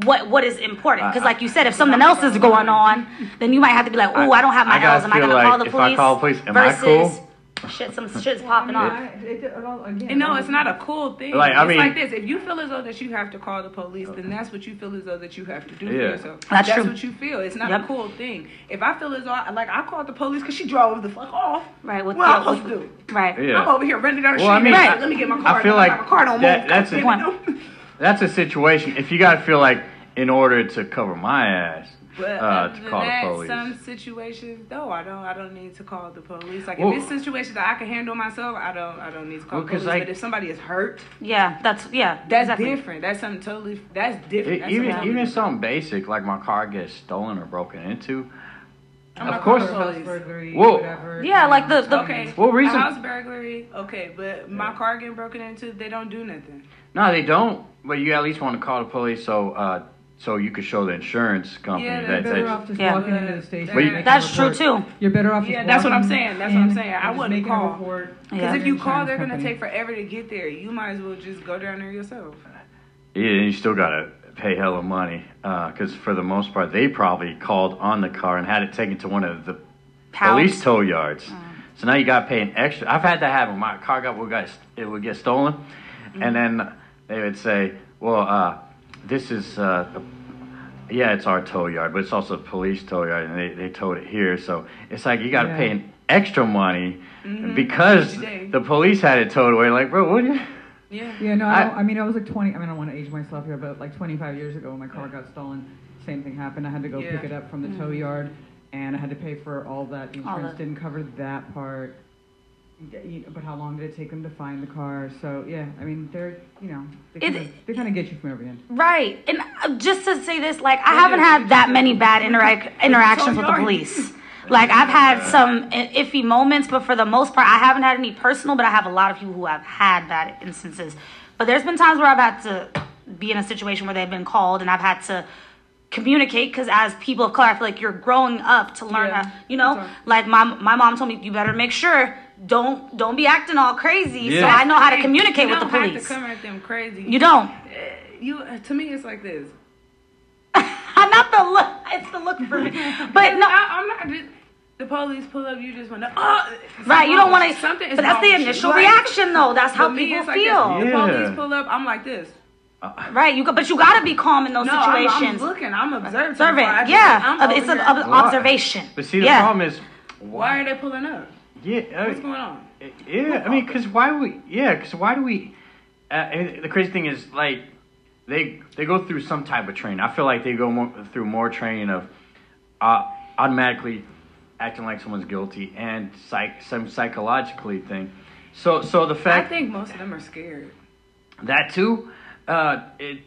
[SPEAKER 3] what what is important because,
[SPEAKER 2] I-
[SPEAKER 3] like you said, if something else is going on, then you might have to be like, oh, I, don't have my
[SPEAKER 2] I gotta
[SPEAKER 3] house. Am I
[SPEAKER 2] feel
[SPEAKER 3] gonna call
[SPEAKER 2] like
[SPEAKER 3] the
[SPEAKER 2] if
[SPEAKER 3] police?
[SPEAKER 2] I call the police, am I
[SPEAKER 3] versus
[SPEAKER 2] cool?
[SPEAKER 3] shit, some shit's
[SPEAKER 5] Well, I
[SPEAKER 3] popping
[SPEAKER 5] mean,
[SPEAKER 3] off.
[SPEAKER 5] I- it- it- it all- again,
[SPEAKER 4] and no,
[SPEAKER 5] all
[SPEAKER 4] it's
[SPEAKER 5] the-
[SPEAKER 4] not a cool thing.
[SPEAKER 2] Like,
[SPEAKER 4] it's
[SPEAKER 2] I mean-
[SPEAKER 4] like this: if you feel as though that you have to call the police, then that's what you feel as though that you have to do for
[SPEAKER 2] Yeah.
[SPEAKER 4] yourself.
[SPEAKER 3] That's true.
[SPEAKER 4] what you feel. It's not
[SPEAKER 3] Yep.
[SPEAKER 4] a cool thing. If I feel as though, I, like, I called the police because she drove the fuck off.
[SPEAKER 3] Right, with
[SPEAKER 4] What I'm
[SPEAKER 3] the-
[SPEAKER 4] supposed to do?
[SPEAKER 3] Right.
[SPEAKER 2] Yeah.
[SPEAKER 4] I'm over here running down the
[SPEAKER 2] Well, I
[SPEAKER 4] street.
[SPEAKER 2] mean,
[SPEAKER 4] Right.
[SPEAKER 2] I-
[SPEAKER 4] Let me get my
[SPEAKER 2] I
[SPEAKER 4] car.
[SPEAKER 2] feel
[SPEAKER 4] my
[SPEAKER 2] like
[SPEAKER 4] car don't
[SPEAKER 2] that-
[SPEAKER 4] move.
[SPEAKER 2] that's a-
[SPEAKER 4] God damn it.
[SPEAKER 2] That's a situation. If you gotta feel like in order to cover my ass,
[SPEAKER 4] But
[SPEAKER 2] uh,
[SPEAKER 4] other
[SPEAKER 2] to
[SPEAKER 4] than
[SPEAKER 2] call
[SPEAKER 4] that,
[SPEAKER 2] the police.
[SPEAKER 4] some situations though, I don't, I don't need to call the police. Like
[SPEAKER 2] Well-
[SPEAKER 4] if it's situations that I can handle myself, I don't, I don't need to call
[SPEAKER 2] Well,
[SPEAKER 4] the
[SPEAKER 2] 'cause
[SPEAKER 4] police.
[SPEAKER 2] I-
[SPEAKER 4] but if somebody is hurt,
[SPEAKER 3] Yeah, that's yeah.
[SPEAKER 4] that's
[SPEAKER 3] exactly.
[SPEAKER 4] different. That's something totally, that's different.
[SPEAKER 2] E-
[SPEAKER 4] That's
[SPEAKER 2] even
[SPEAKER 4] something-
[SPEAKER 2] even something basic like my car gets stolen or broken into.
[SPEAKER 4] I'm
[SPEAKER 2] of
[SPEAKER 4] not
[SPEAKER 2] course-
[SPEAKER 4] calling the
[SPEAKER 5] house
[SPEAKER 4] police.
[SPEAKER 5] burglary,
[SPEAKER 2] Whoa.
[SPEAKER 5] whatever.
[SPEAKER 3] Yeah, like the the
[SPEAKER 4] Okay.
[SPEAKER 2] What reason-
[SPEAKER 4] A house burglary. Okay, but my car getting broken into, they don't do nothing.
[SPEAKER 2] No, they don't. But you at least want to call the police so uh, so you could show the insurance company
[SPEAKER 4] Yeah,
[SPEAKER 5] You're
[SPEAKER 2] that,
[SPEAKER 5] better
[SPEAKER 2] that
[SPEAKER 5] off just
[SPEAKER 3] Yeah.
[SPEAKER 5] walking into the station.
[SPEAKER 4] But
[SPEAKER 5] and
[SPEAKER 2] you-
[SPEAKER 5] making a
[SPEAKER 3] That's true,
[SPEAKER 5] report.
[SPEAKER 3] too.
[SPEAKER 5] You're better off.
[SPEAKER 4] Yeah,
[SPEAKER 5] just
[SPEAKER 4] that's what I'm
[SPEAKER 5] walking
[SPEAKER 4] saying. That's what I'm
[SPEAKER 5] in
[SPEAKER 4] saying. I
[SPEAKER 5] and just
[SPEAKER 4] wouldn't
[SPEAKER 5] making a
[SPEAKER 4] call.
[SPEAKER 5] report.
[SPEAKER 3] Yeah.
[SPEAKER 4] Because
[SPEAKER 5] to
[SPEAKER 4] if
[SPEAKER 5] the
[SPEAKER 4] you call,
[SPEAKER 5] insurance
[SPEAKER 4] they're gonna
[SPEAKER 5] company.
[SPEAKER 4] take forever to get there. You might as well just go down there yourself.
[SPEAKER 2] yeah, and you still gotta pay hella money because for the most part they probably called on the car and had it taken to one of the
[SPEAKER 3] pounds.
[SPEAKER 2] police tow yards. So now you gotta pay an extra. I've had that happen. My car got would got it would get stolen, and then they would say, "Well, uh, this is uh, yeah, it's our tow yard, but it's also a police tow yard, and they they towed it here. So it's like you gotta
[SPEAKER 5] Yeah.
[SPEAKER 2] pay an extra money because
[SPEAKER 4] Each day.
[SPEAKER 2] the police had it towed away. Like, bro, what? Are you?
[SPEAKER 4] Yeah.
[SPEAKER 5] Yeah, no,
[SPEAKER 2] I-
[SPEAKER 5] I, don't- I mean, I was like 20. I mean, I don't want to age myself here, but like 25 years ago, when my car got stolen, same thing happened. I had to go pick
[SPEAKER 4] Yeah. Mm-hmm.
[SPEAKER 5] it up from the tow yard, and I had to pay for all that. The
[SPEAKER 3] All
[SPEAKER 5] insurance
[SPEAKER 3] that.
[SPEAKER 5] didn't cover that part. Yeah, you- But how long did it take them to find the car? So yeah, I mean, they're you know they
[SPEAKER 3] It-
[SPEAKER 5] kind of they kind of get you from every end.
[SPEAKER 3] Right. And uh, just to say this, like, I haven't had that many bad interac- interactions with the police. Like, I've had some i- iffy moments, but for the most part, I haven't had any personal, but I have a lot of people who have had bad instances. But there's been times where I've had to be in a situation where they've been called and I've had to communicate because as people of color, I feel like you're growing up to learn,
[SPEAKER 4] Yeah.
[SPEAKER 3] how, you know,
[SPEAKER 4] Sorry.
[SPEAKER 3] like my, my mom told me, you better make sure don't don't be acting all crazy. So
[SPEAKER 2] Yeah.
[SPEAKER 3] I know how to
[SPEAKER 4] Hey,
[SPEAKER 3] communicate
[SPEAKER 4] you
[SPEAKER 3] with the
[SPEAKER 4] don't Have
[SPEAKER 3] police.
[SPEAKER 4] to come at them crazy. Uh,
[SPEAKER 3] You don't.
[SPEAKER 4] you to me it's like this
[SPEAKER 3] not the look. It's the look for me. But no,
[SPEAKER 4] I, i'm not just the police pull up you just want to oh
[SPEAKER 3] right? You don't want to.
[SPEAKER 4] something is
[SPEAKER 3] But that's the
[SPEAKER 4] wrong with
[SPEAKER 3] initial
[SPEAKER 4] you. Like,
[SPEAKER 3] reaction, though. That's how
[SPEAKER 4] to me,
[SPEAKER 3] people
[SPEAKER 4] it's like
[SPEAKER 3] feel,
[SPEAKER 4] this.
[SPEAKER 2] Yeah.
[SPEAKER 4] the police pull up i'm like this
[SPEAKER 3] right? You go, but you gotta be calm in those
[SPEAKER 4] no I'm, I'm
[SPEAKER 3] situations.
[SPEAKER 4] looking i'm observing
[SPEAKER 3] Observant,
[SPEAKER 4] I'm
[SPEAKER 3] yeah.
[SPEAKER 4] over
[SPEAKER 3] Ob- it's an
[SPEAKER 4] here.
[SPEAKER 3] ob- observation.
[SPEAKER 2] But see, the
[SPEAKER 3] yeah.
[SPEAKER 2] problem is,
[SPEAKER 4] why are they pulling up
[SPEAKER 2] yeah, uh,
[SPEAKER 4] what's going on
[SPEAKER 2] Yeah, I mean, because why we? Yeah, because why do we? Uh, and the crazy thing is, like, they they go through some type of training. I feel like they go more, through more training of uh, automatically acting like someone's guilty and psych some psychologically thing. So so the
[SPEAKER 4] i
[SPEAKER 2] fact
[SPEAKER 4] think most of them are scared
[SPEAKER 2] that too, uh, it.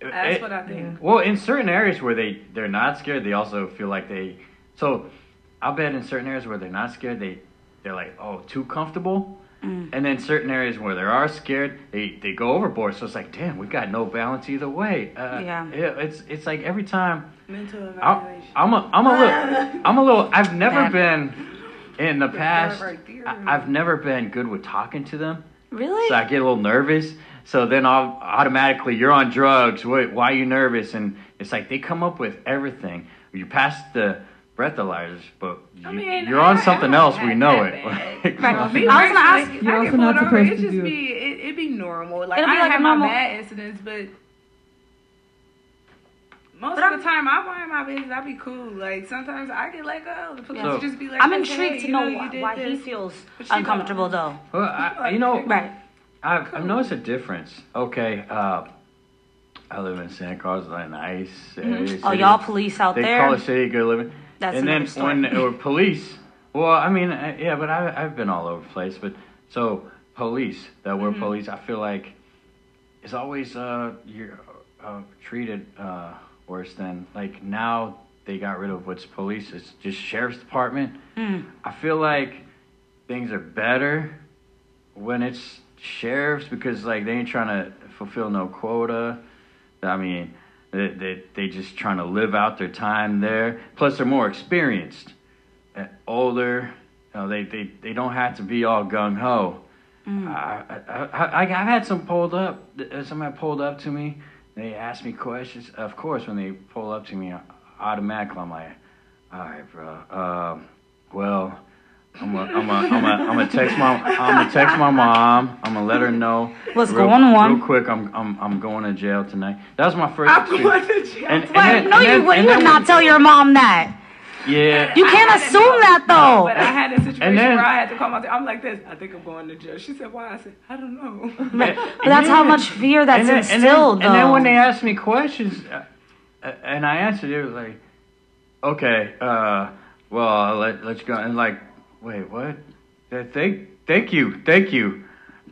[SPEAKER 4] that's
[SPEAKER 2] it-
[SPEAKER 4] what i think
[SPEAKER 2] well, in certain areas where they they're not scared, they also feel like they. So, I'll bet in certain areas where they're not scared, they they're like, oh, too comfortable. And then certain areas where they are scared, they they go overboard. So it's like, damn, we got no balance either way. Uh,
[SPEAKER 3] Yeah.
[SPEAKER 2] It's it's like every time
[SPEAKER 4] mental
[SPEAKER 2] I'm
[SPEAKER 4] evaluation
[SPEAKER 2] I'm a I'm a little I'm a little I've never
[SPEAKER 3] Bad.
[SPEAKER 2] been in the
[SPEAKER 4] You're
[SPEAKER 2] past,
[SPEAKER 4] right there.
[SPEAKER 2] I- I've never been good with talking to them.
[SPEAKER 3] Really?
[SPEAKER 2] So I get a little nervous. So then I'll, automatically, you're on drugs. Wait, why are you nervous? And it's like they come up with everything. You pass the breathalyzers, but you,
[SPEAKER 4] I mean,
[SPEAKER 2] you're on
[SPEAKER 4] I- I
[SPEAKER 2] something
[SPEAKER 4] don't
[SPEAKER 2] else.
[SPEAKER 4] have
[SPEAKER 2] We know
[SPEAKER 4] that
[SPEAKER 2] it.
[SPEAKER 4] bad.
[SPEAKER 3] Right.
[SPEAKER 4] Well, me
[SPEAKER 3] I was gonna
[SPEAKER 4] personally,
[SPEAKER 3] ask-
[SPEAKER 4] I
[SPEAKER 5] You're
[SPEAKER 4] get
[SPEAKER 5] also not
[SPEAKER 4] pulled over. It
[SPEAKER 5] supposed to
[SPEAKER 4] just
[SPEAKER 5] do-
[SPEAKER 4] be it, it be normal. Like
[SPEAKER 3] It'll be
[SPEAKER 4] I
[SPEAKER 3] like a
[SPEAKER 4] have
[SPEAKER 3] normal-
[SPEAKER 4] my bad incidents, but most
[SPEAKER 3] But
[SPEAKER 4] of
[SPEAKER 3] I'm-
[SPEAKER 4] the time I mind my business. I be cool. Like sometimes I get like, oh, the police
[SPEAKER 2] So-
[SPEAKER 4] just be like,
[SPEAKER 3] I'm
[SPEAKER 4] okay,
[SPEAKER 3] intrigued
[SPEAKER 4] hey,
[SPEAKER 3] to
[SPEAKER 4] you
[SPEAKER 3] know,
[SPEAKER 4] you
[SPEAKER 3] why,
[SPEAKER 4] did
[SPEAKER 3] why he
[SPEAKER 4] this.
[SPEAKER 3] feels
[SPEAKER 4] But she
[SPEAKER 3] uncomfortable though.
[SPEAKER 2] Well, I, I- you know,
[SPEAKER 3] Right.
[SPEAKER 2] I've, I've noticed a difference. Okay, uh, I live in Santa Cruz, like nice.
[SPEAKER 4] Mm-hmm.
[SPEAKER 2] area,
[SPEAKER 3] Oh,
[SPEAKER 2] city.
[SPEAKER 3] y'all police out
[SPEAKER 2] They
[SPEAKER 3] there.
[SPEAKER 2] call the city good living.
[SPEAKER 3] That's
[SPEAKER 2] and then
[SPEAKER 3] another story.
[SPEAKER 2] when or police. Well, I mean, I, yeah, but I, I've been all over the place. But so police that were
[SPEAKER 3] Mm-hmm.
[SPEAKER 2] police, I feel like is always uh, you're uh, treated uh, worse than like now they got rid of what's police. It's just sheriff's department.
[SPEAKER 3] Mm.
[SPEAKER 2] I feel like things are better when it's sheriffs because like they ain't trying to fulfill no quota. I mean, they they, they just trying to live out their time there. Plus, they're more experienced, uh, older. You know, they, they they don't have to be all gung ho. I, I, I, I- I've had some pulled up. uh, Somebody pulled up to me. They asked me questions. Of course, when they pull up to me, uh, automatically I'm like, "All right, bro. Um, well, I'm gonna I'm gonna I'm gonna I'm gonna text my I'm gonna text my mom. I'm gonna let her know
[SPEAKER 3] What's
[SPEAKER 2] real,
[SPEAKER 3] going on?
[SPEAKER 2] Real quick, I'm I'm I'm going to jail tonight. That was my 1st
[SPEAKER 4] I'm going
[SPEAKER 2] experience.
[SPEAKER 4] to jail.
[SPEAKER 2] And- and
[SPEAKER 3] But
[SPEAKER 2] then-
[SPEAKER 3] no,
[SPEAKER 2] and
[SPEAKER 3] you
[SPEAKER 2] then-
[SPEAKER 3] would.
[SPEAKER 2] and
[SPEAKER 3] You
[SPEAKER 2] then
[SPEAKER 3] would not
[SPEAKER 2] when-
[SPEAKER 3] tell your mom that.
[SPEAKER 2] Yeah.
[SPEAKER 3] You can't assume that though.
[SPEAKER 4] but I had a situation
[SPEAKER 2] then-
[SPEAKER 4] where I had to call my. I'm like this. I think I'm going to jail. She said, "Why?" I said, "I don't know."
[SPEAKER 2] But
[SPEAKER 3] But that's how much fear that's
[SPEAKER 2] And
[SPEAKER 3] instilled.
[SPEAKER 2] then, and then when
[SPEAKER 3] though.
[SPEAKER 2] they asked me questions, uh, uh, and I answered, it was like, okay, uh, well, let, let's go. And like, wait, what? Th- Thank, thank you, thank you.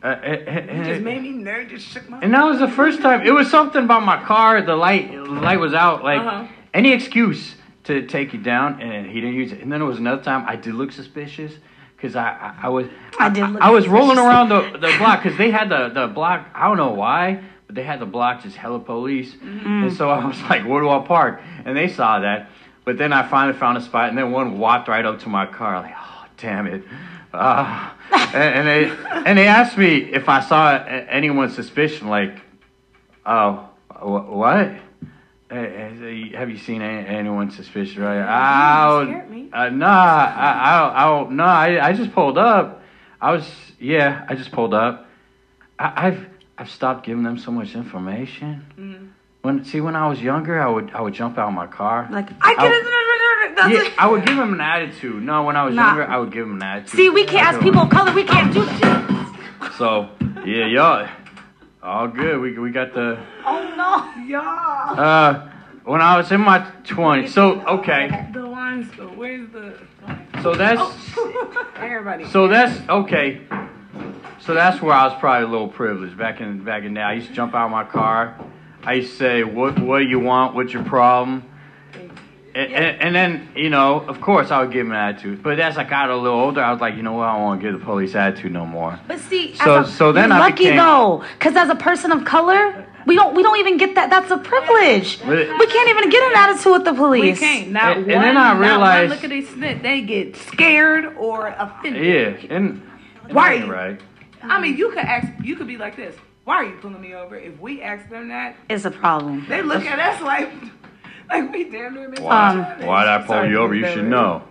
[SPEAKER 2] Uh, and,
[SPEAKER 4] It
[SPEAKER 2] and,
[SPEAKER 4] just made me nervous. Just shook my.
[SPEAKER 2] and that was the first time. It was something about my car. The light, light was out. Like
[SPEAKER 4] Uh-huh.
[SPEAKER 2] any excuse to take you down, and he didn't use it. And then there was another time I did look suspicious because I, I, I was
[SPEAKER 3] I did look
[SPEAKER 2] I, was rolling
[SPEAKER 3] suspicious.
[SPEAKER 2] around the the block because they had the the block. I don't know why, but they had the block just hella police. And so I was like, where do I park? And they saw that. But then I finally found a spot, and then one walked right up to my car. Like, oh damn it. Uh, and, and they and they asked me if I saw a- anyone suspicious. Like, Oh, wh- what? Eh, eh, Have you seen a- anyone suspicious? Right? I
[SPEAKER 4] scared me.
[SPEAKER 2] don't- Uh, nah, I, I, don't- I don't. No, I, I just pulled up. I was, yeah, I just pulled up. I, I've, I've stopped giving them so much information.
[SPEAKER 3] Mm-hmm.
[SPEAKER 2] When see, when I was younger, I would, I would jump out of my car.
[SPEAKER 3] like I can. That's
[SPEAKER 2] yeah,
[SPEAKER 3] it.
[SPEAKER 2] I would give them an attitude. No, when I was
[SPEAKER 3] Nah.
[SPEAKER 2] younger, I would give them an attitude.
[SPEAKER 3] See, we can't
[SPEAKER 2] I
[SPEAKER 3] ask
[SPEAKER 2] give 'em-
[SPEAKER 3] people of color. We can't do that.
[SPEAKER 2] So, yeah, y'all, all good. We, we got the.
[SPEAKER 3] Oh no.
[SPEAKER 4] Y'all,
[SPEAKER 2] Uh, when I was in my 20s. So, okay.
[SPEAKER 4] the ones. But where's the?
[SPEAKER 2] So that's
[SPEAKER 4] Everybody.
[SPEAKER 2] so that's okay. So that's where I was probably a little privileged back in back in the day. I used to jump out of my car. I used to say, "What what do you want? What's your problem?" And, and, and then you know, of course, I would give him an attitude. But as I got a little older, I was like, you know what? I don't want to give the police attitude no more.
[SPEAKER 3] But see,
[SPEAKER 2] So-
[SPEAKER 3] as a,
[SPEAKER 2] so then
[SPEAKER 3] you're
[SPEAKER 2] I
[SPEAKER 3] lucky
[SPEAKER 2] became-
[SPEAKER 3] though, because as a person of color, we don't we don't even get that. That's a privilege.
[SPEAKER 2] Really?
[SPEAKER 3] We can't even get an attitude with the
[SPEAKER 4] We
[SPEAKER 3] police.
[SPEAKER 4] can't. Not
[SPEAKER 2] And-
[SPEAKER 4] one.
[SPEAKER 2] and then I
[SPEAKER 4] not one
[SPEAKER 2] realized-
[SPEAKER 4] look at this snit, they get scared or offended.
[SPEAKER 2] Yeah, and
[SPEAKER 4] Why?
[SPEAKER 2] you're right?
[SPEAKER 4] I mean, you could ask. You could be like this. Why are you pulling me over? If we ask them that,
[SPEAKER 3] It's a problem.
[SPEAKER 4] they look at us like, like we damn near missed
[SPEAKER 2] Why?
[SPEAKER 4] each other.
[SPEAKER 2] Why'd I pull
[SPEAKER 4] Um, Sorry,
[SPEAKER 2] you over? You
[SPEAKER 4] that
[SPEAKER 2] should
[SPEAKER 4] was-
[SPEAKER 2] know.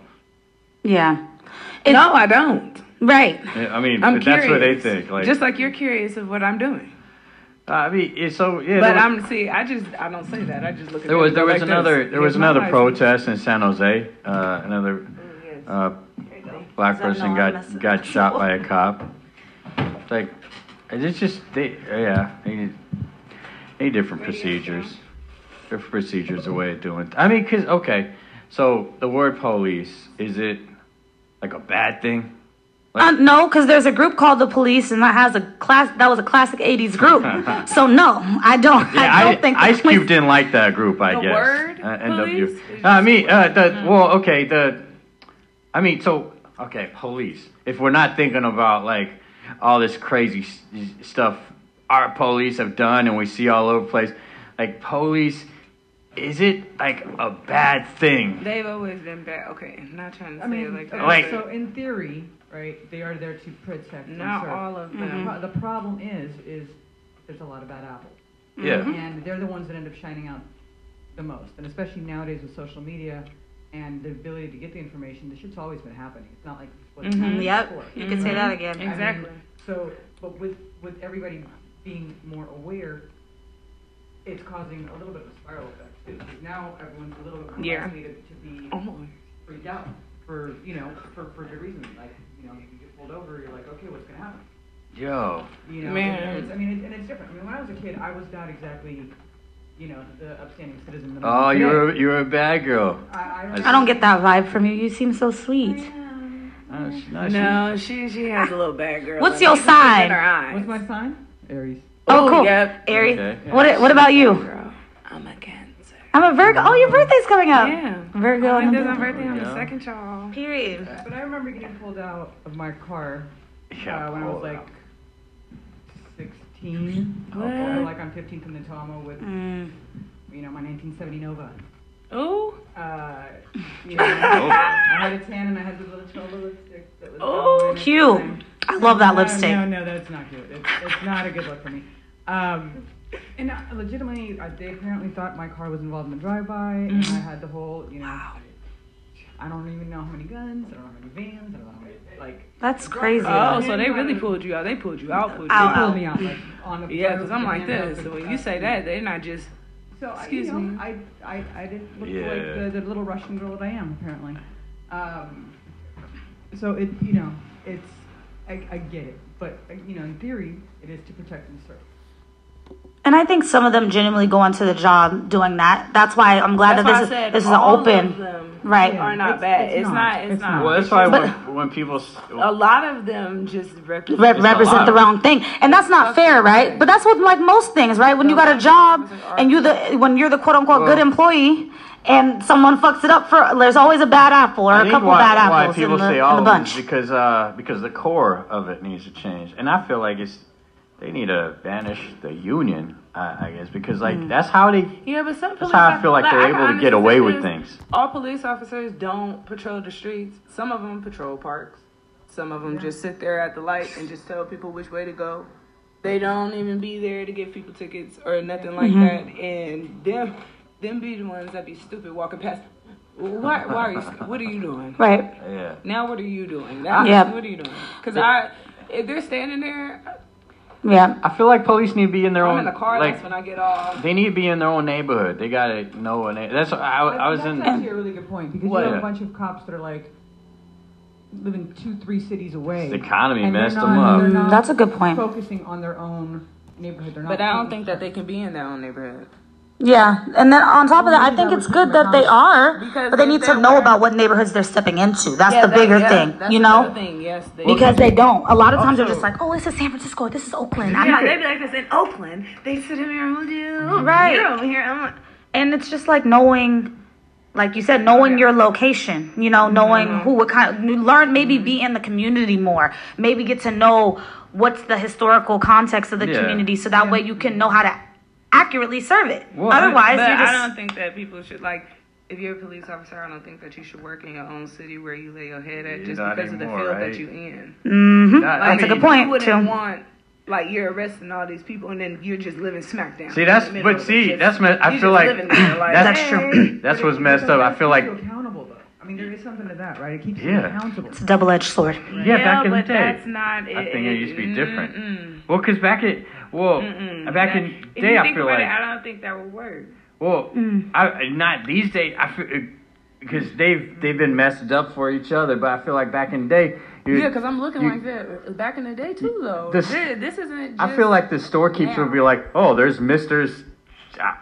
[SPEAKER 3] Yeah.
[SPEAKER 4] No, I don't.
[SPEAKER 3] Right.
[SPEAKER 2] I mean,
[SPEAKER 4] I'm
[SPEAKER 2] but that's what they
[SPEAKER 4] curious.
[SPEAKER 2] think. Like,
[SPEAKER 4] Just like you're curious of what I'm doing.
[SPEAKER 2] I mean, it's so yeah. there
[SPEAKER 4] But
[SPEAKER 2] was-
[SPEAKER 4] I'm see. I just I don't say that. I just look at.
[SPEAKER 2] There was there
[SPEAKER 4] them
[SPEAKER 2] was
[SPEAKER 4] like
[SPEAKER 2] another
[SPEAKER 4] this.
[SPEAKER 2] there was
[SPEAKER 4] Here's my
[SPEAKER 2] another
[SPEAKER 4] license.
[SPEAKER 2] protest in San Jose. Uh, another uh, black
[SPEAKER 3] Is that
[SPEAKER 2] person
[SPEAKER 3] no
[SPEAKER 2] got
[SPEAKER 3] message?
[SPEAKER 2] got shot by a cop. Like it's just they yeah they need, they need different procedures. Different procedures a way of doing. I mean, cause okay, so the word police is it like a bad thing?
[SPEAKER 3] Uh, no, because there's a group called the police, and that has a class. That was a classic '80s group. so no, I don't. I don't think the
[SPEAKER 2] Ice
[SPEAKER 3] police-
[SPEAKER 2] Cube didn't like that group. I
[SPEAKER 4] The
[SPEAKER 2] guess.
[SPEAKER 4] word
[SPEAKER 2] Uh, NW.
[SPEAKER 4] police?
[SPEAKER 2] Uh, I mean, uh, the well, okay, the. I mean, so okay, police. If we're not thinking about like all this crazy s- stuff our police have done, and we see all over the place, like police is it like a bad thing?
[SPEAKER 4] They've always been bad. Okay, not trying to
[SPEAKER 5] I
[SPEAKER 4] say it
[SPEAKER 5] mean,
[SPEAKER 4] like
[SPEAKER 5] okay,
[SPEAKER 4] that.
[SPEAKER 2] Like-
[SPEAKER 5] so in theory, right? They are there to protect. and
[SPEAKER 4] not
[SPEAKER 5] serve.
[SPEAKER 4] all of them.
[SPEAKER 5] The pro- The problem is, is there's a lot of bad apples,
[SPEAKER 3] Mm-hmm.
[SPEAKER 2] Yeah.
[SPEAKER 5] and they're the ones that end up shining out the most, and especially nowadays with social media and the ability to get the information. This shit's always been happening. It's not like what's
[SPEAKER 4] Mhm.
[SPEAKER 5] happened
[SPEAKER 3] Mm-hmm. Yep,
[SPEAKER 5] before.
[SPEAKER 3] you could say that again.
[SPEAKER 5] I mean,
[SPEAKER 4] Exactly.
[SPEAKER 5] so, but with with everybody being more aware, it's causing a little bit of a spiral effect too. Because now everyone's a little bit more
[SPEAKER 4] Yeah.
[SPEAKER 5] likely to, to be
[SPEAKER 4] Oh,
[SPEAKER 5] freaked out for you know for for good reason. Like you know, you get pulled over, you're like, okay, what's gonna happen?
[SPEAKER 2] Yo.
[SPEAKER 5] You know,
[SPEAKER 4] Man.
[SPEAKER 5] It's, I mean, it, and it's different. I mean, when I was a kid, I was not exactly you know the upstanding citizen. That
[SPEAKER 2] Oh,
[SPEAKER 5] I'm today.
[SPEAKER 2] you're a, you're a bad girl.
[SPEAKER 5] I, I,
[SPEAKER 3] I don't get that vibe from you. You seem so sweet.
[SPEAKER 2] Uh, she-
[SPEAKER 5] Mm-hmm.
[SPEAKER 2] no, she-
[SPEAKER 4] no, she she has a little bad girl.
[SPEAKER 3] What's
[SPEAKER 4] in her.
[SPEAKER 3] your
[SPEAKER 4] You can see it
[SPEAKER 3] sign?
[SPEAKER 4] in her eyes.
[SPEAKER 5] What's my sign? Aries.
[SPEAKER 3] Oh,
[SPEAKER 4] Ooh,
[SPEAKER 3] cool.
[SPEAKER 4] Yep.
[SPEAKER 3] Aries.
[SPEAKER 2] Okay.
[SPEAKER 3] What What about you?
[SPEAKER 4] Girl, I'm a Cancer.
[SPEAKER 3] I'm a Virgo. Oh, your birthday's coming up.
[SPEAKER 4] Yeah. Oh,
[SPEAKER 3] Virgo.
[SPEAKER 4] I
[SPEAKER 3] and
[SPEAKER 4] think
[SPEAKER 3] a
[SPEAKER 4] that's my
[SPEAKER 3] Virgo.
[SPEAKER 4] birthday on the
[SPEAKER 2] Yeah.
[SPEAKER 4] second, y'all.
[SPEAKER 3] Period.
[SPEAKER 5] But I remember getting pulled out of my car
[SPEAKER 2] Yeah,
[SPEAKER 5] uh, when I was
[SPEAKER 2] pull it
[SPEAKER 5] like
[SPEAKER 2] out.
[SPEAKER 5] 16.
[SPEAKER 2] Oh,
[SPEAKER 5] Or
[SPEAKER 2] boy.
[SPEAKER 5] like on 15th and Natama with,
[SPEAKER 3] Mm.
[SPEAKER 5] you know, my 1970 Nova.
[SPEAKER 4] Ooh.
[SPEAKER 5] Uh, you know, I had a tan and I had the little cholo lipstick that was
[SPEAKER 4] Oh,
[SPEAKER 5] all in at the
[SPEAKER 3] cute.
[SPEAKER 5] time.
[SPEAKER 3] I love that
[SPEAKER 5] No,
[SPEAKER 3] lipstick.
[SPEAKER 5] No, no, that's not good. It's, it's not a good look for me. Um, and I, legitimately, uh, they apparently thought my car was involved in a drive-by, and I had the whole, you know, I don't even know how many guns, I don't know how many vans, I don't know how many, like,
[SPEAKER 3] That's crazy.
[SPEAKER 4] Oh, so they really pulled you out. They pulled you out. Pulled you
[SPEAKER 3] Ow,
[SPEAKER 5] they
[SPEAKER 3] ow.
[SPEAKER 4] out.
[SPEAKER 5] pulled me out, like, on the
[SPEAKER 4] Yeah, because I'm like
[SPEAKER 5] Oh. Yeah.
[SPEAKER 4] this. So when you say that, they're not just.
[SPEAKER 5] So I,
[SPEAKER 4] Excuse
[SPEAKER 5] you know,
[SPEAKER 4] me.
[SPEAKER 5] I, I, I didn't look
[SPEAKER 2] Yeah.
[SPEAKER 5] like the, the little Russian girl that I am apparently. Um, so it, you know, it's I, I get it, but uh, you know, in theory, it is to protect and serve.
[SPEAKER 3] And I think some of them genuinely go into the job doing that. That's why I'm glad
[SPEAKER 4] That's why I
[SPEAKER 3] that this is
[SPEAKER 4] said
[SPEAKER 3] this is an
[SPEAKER 4] all Of
[SPEAKER 3] open.
[SPEAKER 4] them
[SPEAKER 3] Right.
[SPEAKER 4] Are not
[SPEAKER 5] It's-
[SPEAKER 4] bad.
[SPEAKER 5] it's
[SPEAKER 4] It's,
[SPEAKER 5] not.
[SPEAKER 4] not. It's,
[SPEAKER 5] It's
[SPEAKER 4] not.
[SPEAKER 5] not.
[SPEAKER 2] Well, that's why
[SPEAKER 3] But-
[SPEAKER 2] when, when people s-
[SPEAKER 4] a lot of them just represent.
[SPEAKER 3] Rep-
[SPEAKER 2] a
[SPEAKER 3] represent
[SPEAKER 2] lot.
[SPEAKER 3] the wrong thing, and that's not fair, right? But that's what like most things, right? When you got a job and you the when you're the quote unquote good
[SPEAKER 2] Well-
[SPEAKER 3] employee, and someone fucks it up for there's always a bad apple or
[SPEAKER 2] I
[SPEAKER 3] a
[SPEAKER 2] think
[SPEAKER 3] couple
[SPEAKER 2] why,
[SPEAKER 3] bad
[SPEAKER 2] why
[SPEAKER 3] apples
[SPEAKER 2] people
[SPEAKER 3] in the,
[SPEAKER 2] say
[SPEAKER 3] in
[SPEAKER 2] all
[SPEAKER 3] the
[SPEAKER 2] of them is
[SPEAKER 3] bunch.
[SPEAKER 2] because uh because the core of it needs to change, and I feel like it's they need to banish the union, I, I guess, because like that's how they
[SPEAKER 4] Yeah, but some
[SPEAKER 2] that's
[SPEAKER 4] police.
[SPEAKER 2] how I feel like
[SPEAKER 4] I
[SPEAKER 2] they're
[SPEAKER 4] can
[SPEAKER 2] able to get
[SPEAKER 4] honestly
[SPEAKER 2] away
[SPEAKER 4] say
[SPEAKER 2] with
[SPEAKER 4] this,
[SPEAKER 2] things.
[SPEAKER 4] All police officers don't patrol the streets. Some of them patrol parks. Some of them just sit there at the light and just tell people which way to go. They don't even be there to give people tickets or nothing like
[SPEAKER 2] Mm-hmm.
[SPEAKER 4] that. And them, them be the ones that be stupid walking past. Why? Why are you? stu- What are you doing?
[SPEAKER 3] Right.
[SPEAKER 2] Yeah.
[SPEAKER 4] Now what are you doing? Now
[SPEAKER 3] Yeah.
[SPEAKER 4] what are you doing? Because I, if they're standing there,
[SPEAKER 3] Yeah.
[SPEAKER 2] I feel like police need to be in their
[SPEAKER 4] I'm
[SPEAKER 2] own
[SPEAKER 4] in the car.
[SPEAKER 2] like
[SPEAKER 4] that's when I get off.
[SPEAKER 2] they need to be in their own neighborhood. They gotta know a neigh- That's I, I was
[SPEAKER 5] that's
[SPEAKER 2] in.
[SPEAKER 5] actually a really good point because
[SPEAKER 2] What?
[SPEAKER 5] you have
[SPEAKER 2] Yeah.
[SPEAKER 5] a bunch of cops that are like living two, three cities away.
[SPEAKER 2] The economy
[SPEAKER 5] and they're
[SPEAKER 2] messed
[SPEAKER 5] not-
[SPEAKER 2] them up.
[SPEAKER 5] they're
[SPEAKER 3] Mm,
[SPEAKER 5] not
[SPEAKER 3] that's a good point.
[SPEAKER 5] Focusing on their own neighborhood, they're not.
[SPEAKER 4] But I don't think that they can be in their own neighborhood.
[SPEAKER 3] Yeah, and then on top of that, I think it's good that they are,
[SPEAKER 4] Because
[SPEAKER 3] but they
[SPEAKER 4] if
[SPEAKER 3] need to
[SPEAKER 4] they
[SPEAKER 3] know
[SPEAKER 4] were-
[SPEAKER 3] about what neighborhoods they're stepping into. That's
[SPEAKER 4] Yeah,
[SPEAKER 3] the
[SPEAKER 4] that-
[SPEAKER 3] bigger
[SPEAKER 4] yeah,
[SPEAKER 3] thing,
[SPEAKER 4] that's
[SPEAKER 3] you
[SPEAKER 4] the
[SPEAKER 3] know?
[SPEAKER 4] other thing. Yes, they,
[SPEAKER 3] Because they don't. A lot of times they're just
[SPEAKER 2] Also-
[SPEAKER 3] like, oh, this is San Francisco, this is Oakland. I'm
[SPEAKER 4] yeah,
[SPEAKER 3] not
[SPEAKER 4] they be like this in Oakland. They sit in here and do
[SPEAKER 3] Right.
[SPEAKER 4] You're over here. I'm like,
[SPEAKER 3] and it's just like knowing like you said knowing your location you know knowing
[SPEAKER 4] Mm-hmm.
[SPEAKER 3] who what kind of you learn maybe be in the community more maybe get to know what's the historical context of the
[SPEAKER 2] Yeah.
[SPEAKER 3] community so that way you can know how to accurately serve it
[SPEAKER 2] Well, I-
[SPEAKER 3] otherwise
[SPEAKER 4] but
[SPEAKER 3] you just
[SPEAKER 4] I don't think that people should like. If you're a police officer, I don't think that you should work in your own city where you lay your head at just
[SPEAKER 2] Not
[SPEAKER 4] because of the
[SPEAKER 2] anymore,
[SPEAKER 4] field
[SPEAKER 2] right?
[SPEAKER 4] that you in.
[SPEAKER 3] Mhm.
[SPEAKER 2] That- I
[SPEAKER 3] that's a
[SPEAKER 2] mean,
[SPEAKER 3] good point
[SPEAKER 4] You
[SPEAKER 3] too
[SPEAKER 4] wouldn't want like you're arresting all these people and then you're just living smack down.
[SPEAKER 2] See
[SPEAKER 4] in the
[SPEAKER 2] that's
[SPEAKER 4] middle
[SPEAKER 2] but
[SPEAKER 4] of it.
[SPEAKER 2] see
[SPEAKER 4] Just-
[SPEAKER 2] that's me- I
[SPEAKER 4] you
[SPEAKER 2] feel
[SPEAKER 4] just
[SPEAKER 2] like
[SPEAKER 4] living there, like,
[SPEAKER 2] that's
[SPEAKER 3] That's true.
[SPEAKER 2] That's
[SPEAKER 5] But
[SPEAKER 2] what's
[SPEAKER 5] it-
[SPEAKER 2] messed
[SPEAKER 5] but
[SPEAKER 2] up. I
[SPEAKER 5] that's
[SPEAKER 2] feel
[SPEAKER 5] keeps
[SPEAKER 2] like
[SPEAKER 5] you accountable though. I mean, there is something to that, right? It keeps you
[SPEAKER 2] Yeah.
[SPEAKER 5] accountable.
[SPEAKER 3] it's a double-edged sword
[SPEAKER 2] yeah, back in the
[SPEAKER 4] but
[SPEAKER 2] day.
[SPEAKER 4] that's not. It,
[SPEAKER 2] I think it used to be different.
[SPEAKER 4] mm-mm.
[SPEAKER 2] Well, 'cause back in well,
[SPEAKER 4] Mm-mm.
[SPEAKER 2] back
[SPEAKER 4] That-
[SPEAKER 2] in
[SPEAKER 4] if
[SPEAKER 2] the
[SPEAKER 4] you
[SPEAKER 2] day, I
[SPEAKER 4] think
[SPEAKER 2] feel
[SPEAKER 4] about
[SPEAKER 2] like
[SPEAKER 4] it, I don't think that would work.
[SPEAKER 2] well,
[SPEAKER 4] Mm.
[SPEAKER 2] I not these days. I feel because they've they've been messed up for each other, but I feel like back in the day, you-
[SPEAKER 4] Yeah, because I'm looking
[SPEAKER 2] you-
[SPEAKER 4] like that back in the day too, though.
[SPEAKER 2] This-
[SPEAKER 4] This, this isn't. Just,
[SPEAKER 2] I feel like the storekeeper would be like, oh, there's Mister uh,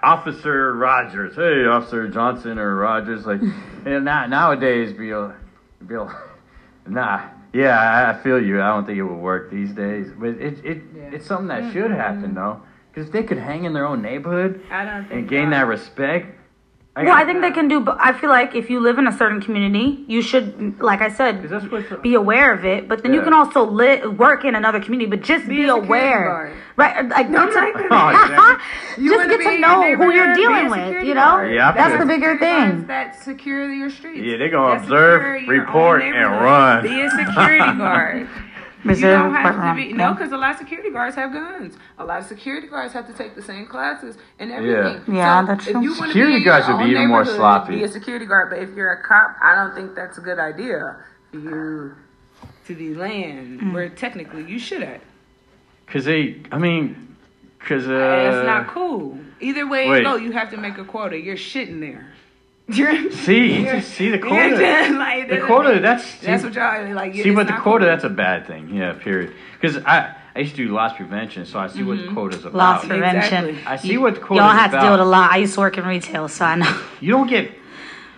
[SPEAKER 2] Officer Rogers. Hey, Officer Johnson or Rogers. Like, and now nowadays, be a, be a, nah. Yeah, I- I feel you. I don't think it would work these days, but it it
[SPEAKER 5] Yeah.
[SPEAKER 2] it's something
[SPEAKER 4] Mm,
[SPEAKER 2] that should happen though, because they could hang in their own neighborhood.
[SPEAKER 4] I don't think
[SPEAKER 2] and gain that respect.
[SPEAKER 3] Well, I think they can do. bo- I feel like if you live in a certain community, you should, like I
[SPEAKER 2] Because
[SPEAKER 3] said,
[SPEAKER 2] that's what.
[SPEAKER 3] be aware of it. But then you
[SPEAKER 2] Yeah.
[SPEAKER 3] can also li- work in another community, but just be,
[SPEAKER 4] a security
[SPEAKER 3] aware,
[SPEAKER 4] guard.
[SPEAKER 3] right? uh, Like,
[SPEAKER 4] No,
[SPEAKER 3] get to-
[SPEAKER 4] I'm not
[SPEAKER 2] gonna- Oh,
[SPEAKER 4] You
[SPEAKER 3] just
[SPEAKER 4] wanna
[SPEAKER 3] get
[SPEAKER 4] be
[SPEAKER 3] to
[SPEAKER 4] in
[SPEAKER 3] know
[SPEAKER 4] your
[SPEAKER 3] who you're
[SPEAKER 4] neighborhood, be a
[SPEAKER 3] dealing with.
[SPEAKER 4] security
[SPEAKER 3] You know,
[SPEAKER 4] guard.
[SPEAKER 2] Yeah, I
[SPEAKER 3] that's
[SPEAKER 2] feel-
[SPEAKER 3] the bigger
[SPEAKER 4] Guards
[SPEAKER 3] thing.
[SPEAKER 4] That secure your streets.
[SPEAKER 2] Yeah, they gonna
[SPEAKER 4] That
[SPEAKER 2] observe,
[SPEAKER 4] secure your own
[SPEAKER 2] report, and
[SPEAKER 4] neighborhood.
[SPEAKER 2] run.
[SPEAKER 4] Be a security guard. You
[SPEAKER 3] Reserve
[SPEAKER 4] don't have to
[SPEAKER 3] courtroom.
[SPEAKER 4] be no, because a lot of security guards have guns. A lot of security guards have to take the same classes and everything.
[SPEAKER 3] Yeah. Yeah,
[SPEAKER 4] So,
[SPEAKER 3] that's
[SPEAKER 4] if
[SPEAKER 3] true.
[SPEAKER 4] you wanna be
[SPEAKER 2] Security
[SPEAKER 4] in your
[SPEAKER 2] guards would be
[SPEAKER 4] own
[SPEAKER 2] even more
[SPEAKER 4] neighborhood,
[SPEAKER 2] sloppy.
[SPEAKER 4] Be a security guard, but if you're a cop, I don't think that's a good idea for you to be laying
[SPEAKER 3] Mm.
[SPEAKER 4] where technically you should at.
[SPEAKER 2] Because they. I mean. Because. Uh,
[SPEAKER 4] it's not cool. Either way
[SPEAKER 2] wait.
[SPEAKER 4] you go, you have to make a quota. You're shitting there. You're
[SPEAKER 2] See, see the
[SPEAKER 4] You're
[SPEAKER 2] quota.
[SPEAKER 4] just, like,
[SPEAKER 2] The
[SPEAKER 4] that's-
[SPEAKER 2] quota. That's.
[SPEAKER 4] That's what y'all like.
[SPEAKER 2] See,
[SPEAKER 4] it's
[SPEAKER 2] but the
[SPEAKER 4] not
[SPEAKER 2] quota,
[SPEAKER 4] cool.
[SPEAKER 2] that's a bad thing. Yeah, period. Because I, I used to do loss prevention, so I see what
[SPEAKER 4] Mm-hmm.
[SPEAKER 2] the quota's about.
[SPEAKER 3] Loss prevention.
[SPEAKER 4] Exactly.
[SPEAKER 2] I see what the quota's
[SPEAKER 3] Y'all had to
[SPEAKER 2] about.
[SPEAKER 3] deal with a lot. I used to work in retail, so I know.
[SPEAKER 2] You don't get.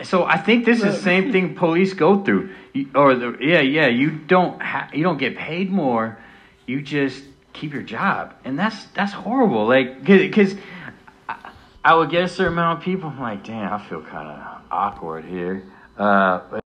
[SPEAKER 2] So I think this is the same thing police go through. You, or the, yeah, yeah, you don't ha- you don't get paid more. You just keep your job, and that's that's horrible. Like because I, I would get a certain amount of people. I'm like, damn, I feel kind of awkward here. Uh,